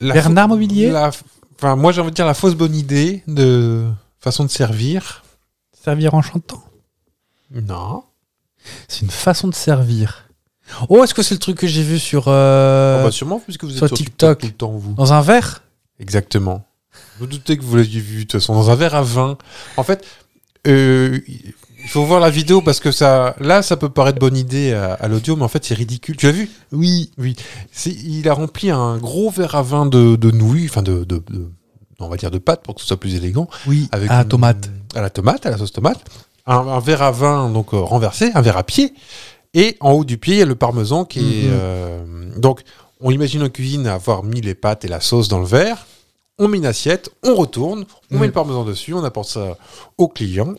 [SPEAKER 2] la
[SPEAKER 1] Bernard
[SPEAKER 2] fa-
[SPEAKER 1] Mobilier
[SPEAKER 2] la- Enfin, moi j'ai envie de dire la fausse bonne idée de façon de servir.
[SPEAKER 1] Servir en chantant
[SPEAKER 2] Non.
[SPEAKER 1] C'est une façon de servir. Oh, est-ce que c'est le truc que j'ai vu sur. euh,
[SPEAKER 2] Ah bah sûrement puisque vous êtes
[SPEAKER 1] sur
[SPEAKER 2] sur
[SPEAKER 1] TikTok.
[SPEAKER 2] TikTok, tout le temps vous.
[SPEAKER 1] dans un verre
[SPEAKER 2] Exactement. Vous doutez que vous l'aviez vu de toute façon dans un verre à vin. En fait, euh, il faut voir la vidéo parce que ça, là, ça peut paraître bonne idée à, à l'audio, mais en fait c'est ridicule. Tu as vu
[SPEAKER 1] Oui.
[SPEAKER 2] C'est- il a rempli un gros verre à vin de, de nouilles, enfin de, de- de- on va dire de pâte pour que ce soit plus élégant,
[SPEAKER 1] Oui,
[SPEAKER 2] avec
[SPEAKER 1] à la
[SPEAKER 2] une-
[SPEAKER 1] Ah, tomate.
[SPEAKER 2] à la tomate, à la sauce tomate, un, un verre à vin donc euh, renversé, un verre à pied, et en haut du pied il y a le parmesan qui est
[SPEAKER 1] Mhm.
[SPEAKER 2] euh, donc on imagine en cuisine avoir mis les pâtes et la sauce dans le verre, on met une assiette, on retourne, on
[SPEAKER 1] Mhm.
[SPEAKER 2] met le parmesan dessus, on apporte ça au client,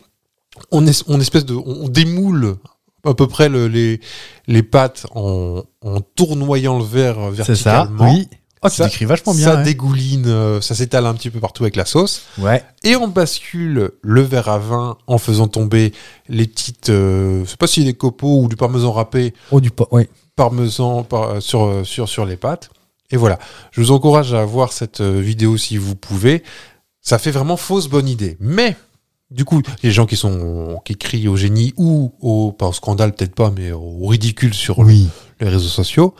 [SPEAKER 2] on, es- on espèce de, on, on démoule à peu près le- les, les pâtes en, en tournoyant le verre
[SPEAKER 1] C'est ça,
[SPEAKER 2] verticalement.
[SPEAKER 1] oui. Oh, tu
[SPEAKER 2] Ça-
[SPEAKER 1] décris vachement bien.
[SPEAKER 2] Ça
[SPEAKER 1] ouais.
[SPEAKER 2] dégouline, euh, ça s'étale un petit peu partout avec la sauce.
[SPEAKER 1] Ouais.
[SPEAKER 2] Et on bascule le verre à vin en faisant tomber les petites, euh, je sais pas si des copeaux ou du parmesan râpé,
[SPEAKER 1] Oh, du pot, oui.
[SPEAKER 2] parmesan par- euh, sur, euh, sur, sur les pâtes. Et voilà. Je vous encourage à voir cette euh, vidéo si vous pouvez. Ça fait vraiment fausse bonne idée. Mais Du coup, les gens qui sont qui crient au génie ou au pas au scandale peut-être pas, mais au ridicule sur le-
[SPEAKER 1] Oui.
[SPEAKER 2] les réseaux sociaux.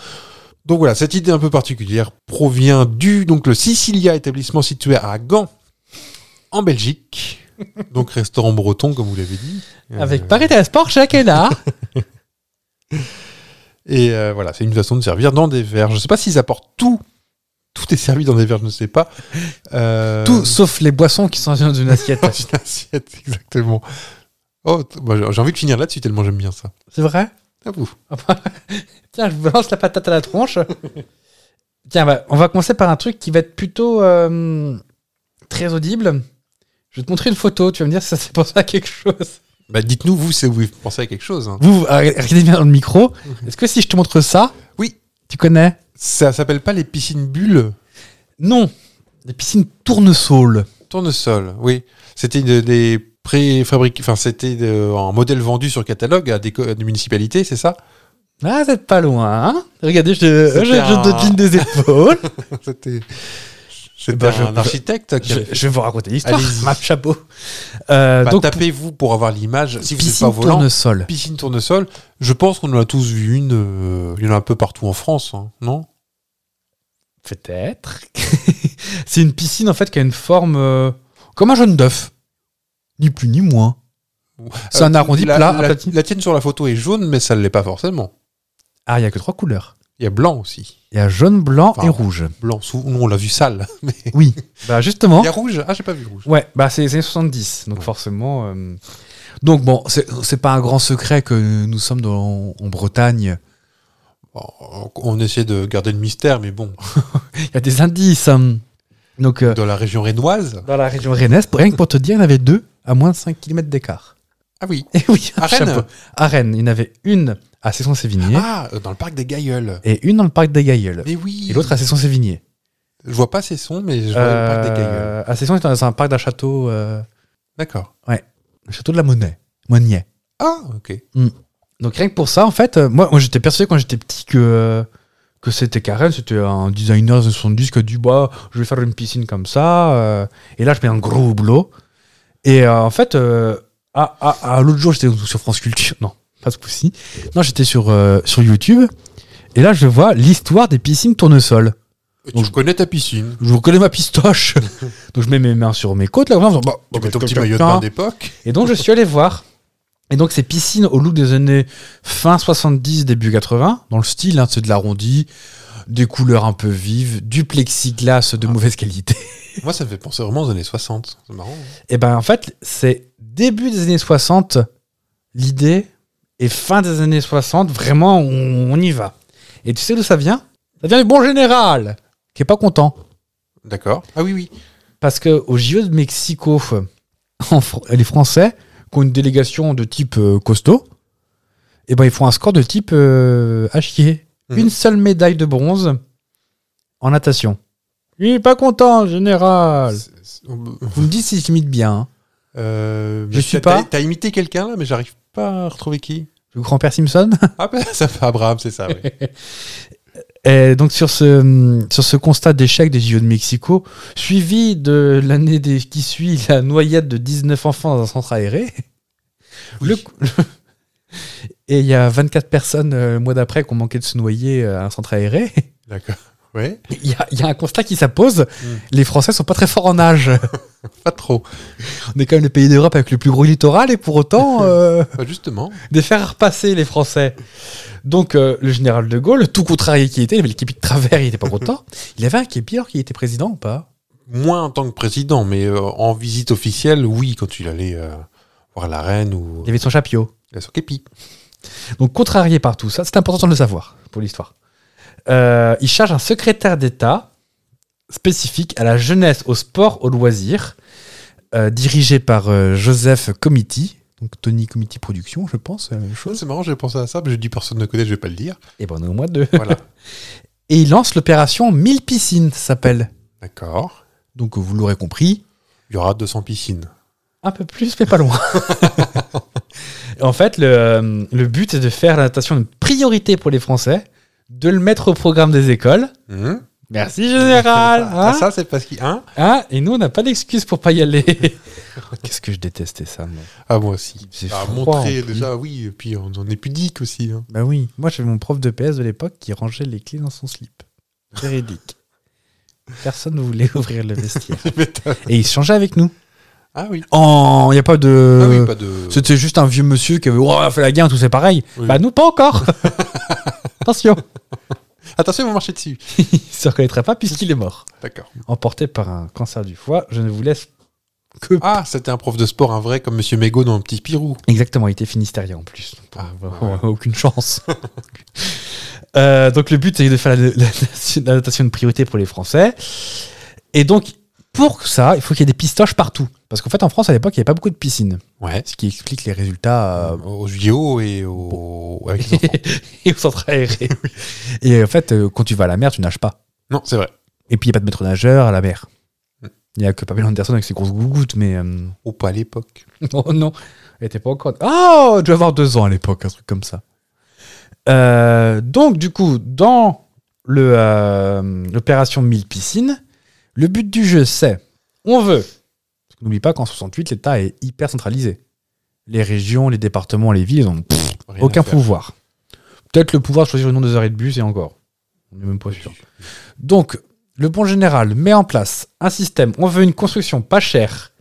[SPEAKER 2] Donc voilà, cette idée un peu particulière provient du donc le Sicilia, établissement situé à Gand, en Belgique. Donc restaurant breton, comme vous l'avez dit.
[SPEAKER 1] Avec
[SPEAKER 2] Euh,
[SPEAKER 1] Paris Sport chaque là.
[SPEAKER 2] Et euh, voilà, c'est une façon de servir dans des verres. Je sais pas s'ils apportent tout. Tout est servi dans des verres, je ne sais pas. Euh,
[SPEAKER 1] Tout sauf les boissons qui sont dans une assiette.
[SPEAKER 2] dans une assiette, exactement. Oh, t- bah, j'ai- j'ai envie de finir là-dessus tellement j'aime bien ça.
[SPEAKER 1] C'est vrai
[SPEAKER 2] À vous.
[SPEAKER 1] Tiens, je vous lance la patate à la tronche. Tiens, bah, on va commencer par un truc qui va être plutôt euh, très audible. Je vais te montrer une photo, tu vas me dire si ça s'est pensé à quelque chose.
[SPEAKER 2] Bah, dites-nous, vous, si vous pensez à quelque chose. hein.
[SPEAKER 1] Vous, vous, ah, regardez bien dans le micro. Est-ce que si je te montre ça,
[SPEAKER 2] Oui.
[SPEAKER 1] tu connais
[SPEAKER 2] Ça s'appelle pas les piscines bulles
[SPEAKER 1] Non. Les piscines tournesol.
[SPEAKER 2] Tournesol, oui. C'était de- des préfabriqués, enfin, c'était de- un modèle vendu sur catalogue à des, co- à des municipalités, c'est ça
[SPEAKER 1] Ah, vous êtes pas loin. hein Regardez, je, te-
[SPEAKER 2] C'était
[SPEAKER 1] je,
[SPEAKER 2] un-
[SPEAKER 1] je te dîne des épaules.
[SPEAKER 2] C'était. C'était
[SPEAKER 1] ben, je-
[SPEAKER 2] un architecte qui
[SPEAKER 1] je,
[SPEAKER 2] avait fait-
[SPEAKER 1] je vais vous raconter l'histoire.
[SPEAKER 2] Allez-y.
[SPEAKER 1] Ma chapeau. Euh,
[SPEAKER 2] Bah,
[SPEAKER 1] donc,
[SPEAKER 2] tapez-vous pour avoir l'image. Si vous n'êtes
[SPEAKER 1] piscine
[SPEAKER 2] pas volant,
[SPEAKER 1] tournesol.
[SPEAKER 2] piscine tournesol, je pense qu'on en a tous vu une. euh, il y en a un peu partout en France, hein, non
[SPEAKER 1] Peut-être. c'est une piscine en fait qui a une forme euh, comme un jaune d'œuf. Ni plus ni moins. C'est un arrondi
[SPEAKER 2] Euh, la,
[SPEAKER 1] plat,
[SPEAKER 2] la-
[SPEAKER 1] aplati.
[SPEAKER 2] la tienne sur la photo est jaune, mais ça ne l'est pas forcément.
[SPEAKER 1] Ah, il n'y a que trois couleurs.
[SPEAKER 2] Il y a blanc aussi.
[SPEAKER 1] Il y a jaune, blanc
[SPEAKER 2] Enfin,
[SPEAKER 1] et rouge.
[SPEAKER 2] Blanc, sous, nous on l'a vu sale. Mais
[SPEAKER 1] Oui. bah justement.
[SPEAKER 2] il y a rouge Ah, j'ai pas vu rouge.
[SPEAKER 1] Ouais, bah c'est les années 70, donc
[SPEAKER 2] Ouais.
[SPEAKER 1] forcément. euh, Donc bon, c'est c'est pas un grand secret que nous sommes dans, en Bretagne.
[SPEAKER 2] Bon, Oh, on essaie de garder le mystère, mais bon,
[SPEAKER 1] Il y a des indices. hein. Donc euh,
[SPEAKER 2] dans la région rénoise.
[SPEAKER 1] dans la région rennaise, rien que pour te dire, il y en avait deux à moins de 5 km d'écart.
[SPEAKER 2] Ah oui.
[SPEAKER 1] Et oui, un
[SPEAKER 2] À Rennes
[SPEAKER 1] chapeau. À Rennes, il y en avait une à Cesson-Sévigné
[SPEAKER 2] Ah, euh, dans le parc des Gailleuls.
[SPEAKER 1] et une dans le parc des Gailleuls.
[SPEAKER 2] Mais oui.
[SPEAKER 1] Et l'autre à Cesson-Sévigné.
[SPEAKER 2] Je vois pas ces sons, mais je vois le parc des Gailleuls.
[SPEAKER 1] Euh, à Cesson, c'est un- c'est un parc d'un château, euh,
[SPEAKER 2] D'accord.
[SPEAKER 1] le château de la Monnaie. Monnier.
[SPEAKER 2] Ah, ok.
[SPEAKER 1] Donc rien que pour ça, en fait, euh, moi, moi, j'étais persuadé quand j'étais petit que, euh, que c'était Karen, c'était un designer de son disque du bois, je vais faire une piscine comme ça, euh, et là je mets un gros boulot. Et euh, en fait, euh, à, à- à l'autre jour j'étais sur France Culture, non, pas ce coup-ci, non j'étais sur, euh, sur YouTube, et là je vois l'histoire des piscines tournesol.
[SPEAKER 2] Donc, je connais ta piscine.
[SPEAKER 1] Je reconnais ma pistoche, donc je mets mes mains sur mes côtes, là, en faisant, bah,
[SPEAKER 2] Tu mets ton petit
[SPEAKER 1] tac,
[SPEAKER 2] maillot de
[SPEAKER 1] tac,
[SPEAKER 2] bain
[SPEAKER 1] tac.
[SPEAKER 2] d'époque.
[SPEAKER 1] Et donc, je suis allé voir. Et donc, ces piscines au look des années fin 70, début 80, dans le style, hein, c'est de l'arrondi, des couleurs un peu vives, du plexiglas de mauvaise qualité.
[SPEAKER 2] Moi, ça me fait penser vraiment aux années 60. C'est marrant. hein.
[SPEAKER 1] Et ben, en fait, c'est début des années 60, l'idée, et fin des années 60, vraiment, on, on y va. Et tu sais d'où ça vient Ça vient du bon général, qui est pas content.
[SPEAKER 2] D'accord. Ah oui, oui.
[SPEAKER 1] Parce que au JO de Mexico, en Fr- les Français, qui ont une délégation de type euh, costaud, eh ben, ils font un score de type euh, à chier.
[SPEAKER 2] Mhm.
[SPEAKER 1] Une seule médaille de bronze en natation. Il est pas content, en général.
[SPEAKER 2] C'est- c'est-
[SPEAKER 1] Vous me dites si je m'imite bien. hein.
[SPEAKER 2] Euh,
[SPEAKER 1] Je
[SPEAKER 2] mais
[SPEAKER 1] suis
[SPEAKER 2] t'as-
[SPEAKER 1] pas.
[SPEAKER 2] T'as imité quelqu'un là, mais j'arrive pas à retrouver qui.
[SPEAKER 1] Le grand-père Simpson.
[SPEAKER 2] Ah ben, ça fait Abraham, c'est ça. ouais.
[SPEAKER 1] Et donc, sur ce, hum, sur ce constat d'échec des JO de Mexico, suivi de l'année des- qui suit la noyade de 19 enfants dans un centre aéré,
[SPEAKER 2] Oui.
[SPEAKER 1] Le cou- Et il y a 24 personnes euh, le mois d'après qui ont manqué de se noyer euh, à un centre aéré.
[SPEAKER 2] D'accord. Ouais.
[SPEAKER 1] Il y a, il y a un constat qui s'impose. Les Français sont pas très forts en nage.
[SPEAKER 2] Pas trop.
[SPEAKER 1] On est quand même le pays d'Europe avec le plus gros littoral et pour autant, euh,
[SPEAKER 2] Bah, justement.
[SPEAKER 1] des fers à repasser les Français. Donc euh, le général de Gaulle, tout contrarié qui était, il avait le képi de travers, il était pas content. Il avait un képi alors qu'il était président ou pas
[SPEAKER 2] Moins en tant que président, mais euh, en visite officielle, oui, quand il allait euh, voir la reine ou
[SPEAKER 1] Il avait son chapiot.
[SPEAKER 2] la Sokepi.
[SPEAKER 1] Donc contrarié par tout ça, c'est important de le savoir pour l'histoire. Euh, il charge un secrétaire d'État spécifique à la jeunesse, au sport, aux loisirs, euh, dirigé par euh, Joseph Comiti, donc Tony Comiti Productions, je pense, la même chose.
[SPEAKER 2] C'est marrant, j'ai pensé à ça, mais j'ai dit personne ne connaît, je vais pas le dire.
[SPEAKER 1] Et ben on est au mois de.
[SPEAKER 2] Voilà.
[SPEAKER 1] Et il lance l'opération 1000 piscines, ça s'appelle.
[SPEAKER 2] D'accord.
[SPEAKER 1] Donc vous l'aurez compris,
[SPEAKER 2] Il y aura 200 piscines.
[SPEAKER 1] Un peu plus, mais pas loin. en fait, le, euh, le but est de faire la natation une priorité pour les Français, de le mettre au programme des écoles.
[SPEAKER 2] Hum
[SPEAKER 1] Merci général.
[SPEAKER 2] Ah,
[SPEAKER 1] hein
[SPEAKER 2] ça, c'est parce qu'il. Hein
[SPEAKER 1] Hein et nous, on n'a pas d'excuse pour pas y aller. Qu'est-ce que je détestais ça, moi.
[SPEAKER 2] ah, moi aussi.
[SPEAKER 1] C'est
[SPEAKER 2] Ah,
[SPEAKER 1] froid,
[SPEAKER 2] montrer
[SPEAKER 1] en plus.
[SPEAKER 2] déjà, oui, et puis on en est pudique aussi. hein.
[SPEAKER 1] Bah oui, moi j'avais mon prof de PS de l'époque qui rangeait les clés dans son slip. Véridique. Personne ne voulait ouvrir le vestiaire. Et il se changeait avec nous.
[SPEAKER 2] Ah oui.
[SPEAKER 1] Oh, il n'y a pas de.
[SPEAKER 2] ah oui, pas de.
[SPEAKER 1] C'était juste un vieux monsieur qui avait oh, on a fait la guerre, tout c'est pareil.
[SPEAKER 2] Oui.
[SPEAKER 1] Bah nous, pas encore. Attention,
[SPEAKER 2] Attention, vous marchez dessus.
[SPEAKER 1] il se reconnaîtrait pas puisqu'il est mort.
[SPEAKER 2] D'accord.
[SPEAKER 1] Emporté par un cancer du foie, je ne vous laisse que.
[SPEAKER 2] Ah, c'était un prof de sport, un vrai, comme Monsieur Mégot dans le petit Pirou.
[SPEAKER 1] Exactement, il était finistérien en plus.
[SPEAKER 2] Ah,
[SPEAKER 1] Bon,
[SPEAKER 2] ouais.
[SPEAKER 1] on a aucune chance. Euh, donc le but c'est de faire la, la nation- la notation de priorité pour les Français. Et donc pour ça, il faut qu'il y ait des pistoches partout. Parce qu'en fait en France à l'époque il n'y avait pas beaucoup de piscines.
[SPEAKER 2] Ouais.
[SPEAKER 1] Ce qui explique les résultats euh,
[SPEAKER 2] Aux JO et aux. Avec les enfants.
[SPEAKER 1] et au centre aéré. Et en fait euh, quand tu vas à la mer tu nages pas.
[SPEAKER 2] non, c'est vrai.
[SPEAKER 1] Et puis il n'y a pas de maître nageur à la mer. Il n'y a que Pamela Anderson avec ses grosses gougouttes mais... euh,
[SPEAKER 2] Ou pas à l'époque.
[SPEAKER 1] Oh non, elle était pas encore. Ah, elle devait avoir deux ans à l'époque, un truc comme ça. Euh, donc, du coup, dans le, euh, l'opération 1000 piscines, le but du jeu, c'est on veut. Parce que N'oublie pas qu'en 68, l'État est hyper centralisé. Les régions, les départements, les villes, ils ont pff,
[SPEAKER 2] Rien à
[SPEAKER 1] aucun
[SPEAKER 2] faire.
[SPEAKER 1] pouvoir. Peut-être le pouvoir de choisir le nom des arrêts de bus et encore. On n'est même pas sûr. Donc, le bon général met en place un système. On veut une construction pas chère,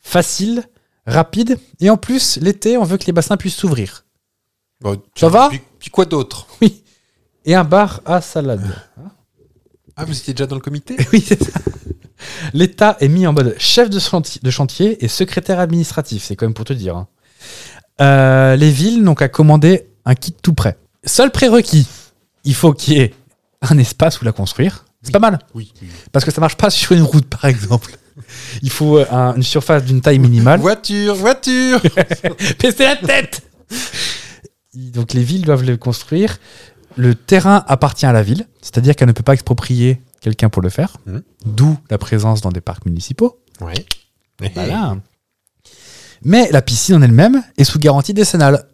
[SPEAKER 1] facile, rapide, et en plus, l'été, on veut que les bassins puissent s'ouvrir.
[SPEAKER 2] Bon,
[SPEAKER 1] Ça va
[SPEAKER 2] puis, puis quoi d'autre
[SPEAKER 1] Oui. Et un bar à salade.
[SPEAKER 2] Ah, vous étiez déjà dans le comité
[SPEAKER 1] oui, c'est ça. L'État est mis en mode chef de chantier, de chantier et secrétaire administratif, c'est quand même pour te dire. hein. Euh, les villes n'ont qu'à commander un kit tout prêt. Seul prérequis, il faut qu'il y ait un espace où la construire. C'est pas mal.
[SPEAKER 2] Oui. oui.
[SPEAKER 1] Parce que ça marche pas sur une route, par exemple. Il faut euh, un- une surface d'une taille minimale.
[SPEAKER 2] Voiture, voiture
[SPEAKER 1] Mais c'est la tête Donc les villes doivent le construire. Le terrain appartient à la ville, c'est-à-dire qu'elle ne peut pas exproprier quelqu'un pour le faire.
[SPEAKER 2] Mhm.
[SPEAKER 1] D'où la présence dans des parcs municipaux.
[SPEAKER 2] Ouais. Ah bah
[SPEAKER 1] Voilà. Bah Mais la piscine en elle-même est sous garantie décennale.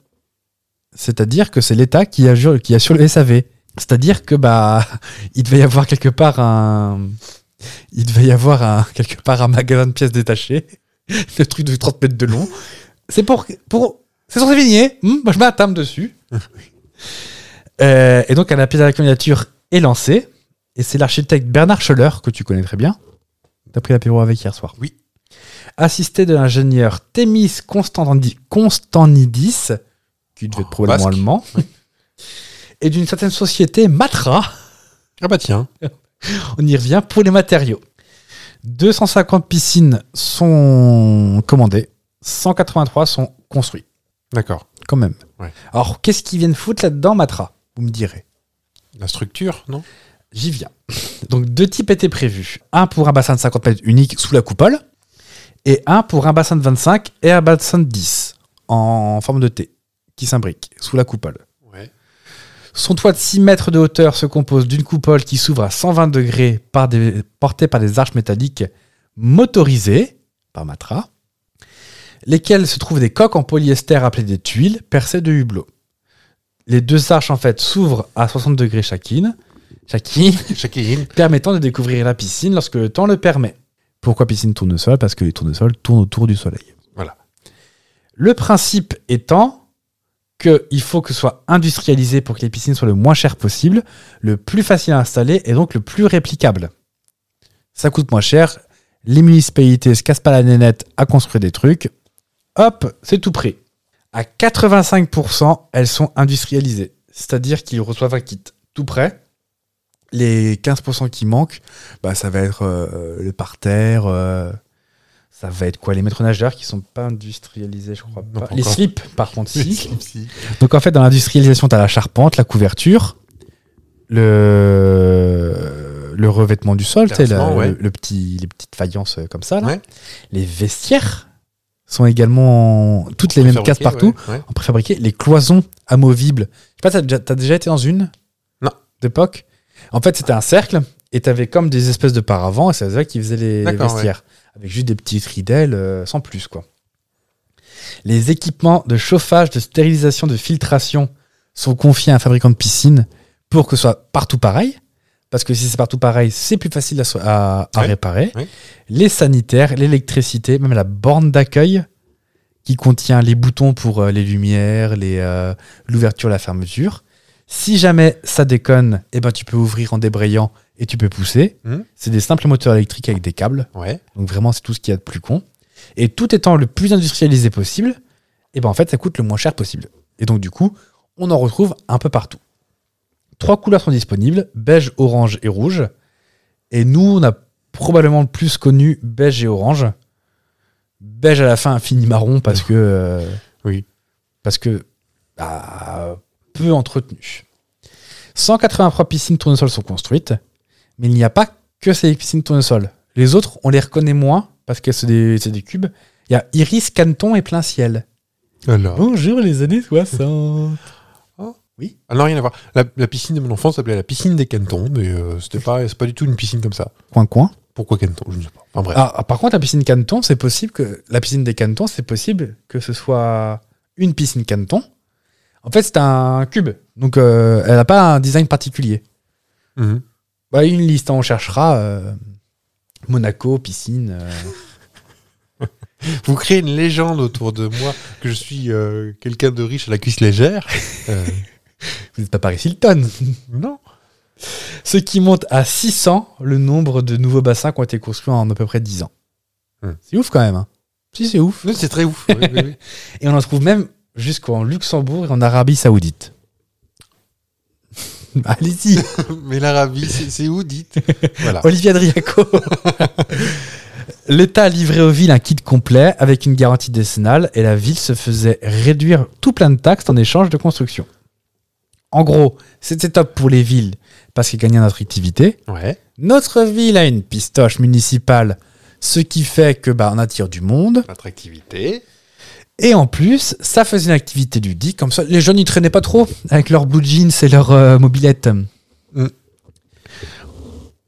[SPEAKER 1] C'est-à-dire que c'est l'État qui assure, qui assure le SAV. C'est-à-dire que bah il devait y avoir quelque part un il devait y avoir un, quelque part un magasin de pièces détachées, le truc de 30 mètres de long. C'est pour pour c'est censé vigner. Hmm, moi je mets un timbre dessus. Euh, et donc un appel à la candidature est lancé et c'est l'architecte Bernard Scholler que tu connais très bien. T'as pris l'apéro avec hier soir assisté de l'ingénieur Thémis Constantandi- Constanidis, qui devait être probablement
[SPEAKER 2] basque.
[SPEAKER 1] allemand, et d'une certaine société Matra,
[SPEAKER 2] Ah bah tiens.
[SPEAKER 1] on y revient, pour les matériaux. 250 piscines sont commandées, 183 sont construites,
[SPEAKER 2] D'accord.
[SPEAKER 1] quand même.
[SPEAKER 2] Ouais.
[SPEAKER 1] Alors, qu'est-ce qu'ils viennent foutre là-dedans, Matra Vous me direz.
[SPEAKER 2] La structure, non
[SPEAKER 1] J'y viens. Donc deux types étaient prévus. Un pour un bassin de 50 mètres unique sous la coupole et un pour un bassin de 25 et un bassin de 10 en forme de T qui s'imbrique sous la coupole.
[SPEAKER 2] Ouais.
[SPEAKER 1] Son toit de 6 mètres de hauteur se compose d'une coupole qui s'ouvre à 120 degrés par des- portée par des arches métalliques motorisées par Matra, lesquelles se trouvent des coques en polyester appelées des tuiles percées de hublots. Les deux arches en fait s'ouvrent à 60 degrés chacune, chacune
[SPEAKER 2] Chacune.
[SPEAKER 1] permettant de découvrir la piscine lorsque le temps le permet. Pourquoi piscine tournesol Parce que les tournesols tournent autour du soleil.
[SPEAKER 2] Voilà.
[SPEAKER 1] Le principe étant qu'il faut que ce soit industrialisé pour que les piscines soient le moins chères possible, le plus facile à installer et donc le plus réplicable. Ça coûte moins cher, les municipalités se cassent pas la nénette à construire des trucs, hop, c'est tout prêt. À 85%, elles sont industrialisées, c'est-à-dire qu'ils reçoivent un kit tout prêt, les 15% qui manquent, bah, ça va être euh, le parterre, euh, ça va être quoi Les maîtres nageurs qui sont pas industrialisés, je crois
[SPEAKER 2] Non,
[SPEAKER 1] pas.
[SPEAKER 2] pas
[SPEAKER 1] les
[SPEAKER 2] encore.
[SPEAKER 1] slips, par contre, si.
[SPEAKER 2] Si.
[SPEAKER 1] Donc en fait, dans l'industrialisation, tu as la charpente, la couverture, le, le revêtement du sol, t'sais, la-
[SPEAKER 2] Classement, ouais.
[SPEAKER 1] le, le petit, les petites faïences euh, comme ça. là.
[SPEAKER 2] Ouais.
[SPEAKER 1] Les vestiaires sont également toutes les mêmes cases
[SPEAKER 2] Préfabriqué,
[SPEAKER 1] partout,
[SPEAKER 2] ouais, ouais.
[SPEAKER 1] en préfabriqué. Les cloisons amovibles. Je sais pas, tu as, déjà été dans une
[SPEAKER 2] Non.
[SPEAKER 1] D'époque En fait, c'était un cercle et tu avais comme des espèces de paravents et c'est ça qui faisait les, les
[SPEAKER 2] D'accord, ouais.
[SPEAKER 1] vestiaires. Avec juste des petites ridelles euh, sans plus, quoi. Les équipements de chauffage, de stérilisation, de filtration sont confiés à un fabricant de piscine pour que ce soit partout pareil. Parce que si c'est partout pareil, c'est plus facile à, so- à- à
[SPEAKER 2] Oui.
[SPEAKER 1] réparer.
[SPEAKER 2] Oui.
[SPEAKER 1] Les sanitaires, l'électricité, même la borne d'accueil qui contient les boutons pour euh, les lumières, les, euh, l'ouverture, la fermeture. Si jamais ça déconne, eh ben, tu peux ouvrir en débrayant et tu peux pousser.
[SPEAKER 2] Mhm.
[SPEAKER 1] C'est des simples moteurs électriques avec des câbles.
[SPEAKER 2] Ouais.
[SPEAKER 1] Donc vraiment, c'est tout ce qu'il y a de plus con. Et tout étant le plus industrialisé possible, et ben en fait, ça coûte le moins cher possible. Et donc du coup, on en retrouve un peu partout. Trois couleurs sont disponibles, beige, orange et rouge. Et nous, on a probablement le plus connu beige et orange. Beige à la fin, fini marron parce que euh,
[SPEAKER 2] Oui.
[SPEAKER 1] parce que bah, peu entretenu. 183 piscines tournesol sont construites, mais il n'y a pas que ces piscines tournesol. Les autres, on les reconnaît moins parce que c'est des, c'est des cubes. Il y a Iris, Canton et Plein Ciel.
[SPEAKER 2] Alors,
[SPEAKER 1] Bonjour les années 60.
[SPEAKER 2] ah non, rien à voir. La, la piscine de mon enfance s'appelait la piscine des cantons, mais euh, c'était pas, c'est pas du tout une piscine comme ça.
[SPEAKER 1] Coin coin.
[SPEAKER 2] Pourquoi canton Je ne sais pas. Enfin bref.
[SPEAKER 1] Ah, ah, par contre, la piscine Canton, c'est possible que la piscine des Cantons, c'est possible que ce soit une piscine Canton. En fait, c'est un cube, donc euh, elle n'a pas un design particulier.
[SPEAKER 2] Mhm.
[SPEAKER 1] Bah, une liste, hein, on cherchera euh, Monaco, piscine. euh,
[SPEAKER 2] Vous créez une légende autour de moi que je suis euh, quelqu'un de riche à la cuisse légère. Euh,
[SPEAKER 1] vous n'êtes pas Paris Hilton.
[SPEAKER 2] non.
[SPEAKER 1] Ce qui monte à 600 le nombre de nouveaux bassins qui ont été construits en à peu près 10 ans.
[SPEAKER 2] Hmm.
[SPEAKER 1] C'est ouf quand même. hein. Si, c'est ouf.
[SPEAKER 2] Non, C'est très ouf. Oui, oui, oui.
[SPEAKER 1] Et on en trouve même jusqu'en Luxembourg et en Arabie Saoudite. Bah, Allez-y,
[SPEAKER 2] Mais l'Arabie, c'est c'est où dites Voilà.
[SPEAKER 1] Olivia Driaco. L'État a livré aux villes un kit complet avec une garantie décennale et la ville se faisait réduire tout plein de taxes en échange de construction. En gros, c'était top pour les villes parce qu'ils gagnaient en attractivité.
[SPEAKER 2] Ouais.
[SPEAKER 1] Notre ville a une pistoche municipale, ce qui fait que bah, on attire du monde.
[SPEAKER 2] Attractivité.
[SPEAKER 1] Et en plus, ça faisait une activité ludique, comme ça les jeunes ils traînaient pas trop avec leurs blue jeans et leurs euh, mobilettes.
[SPEAKER 2] Mm.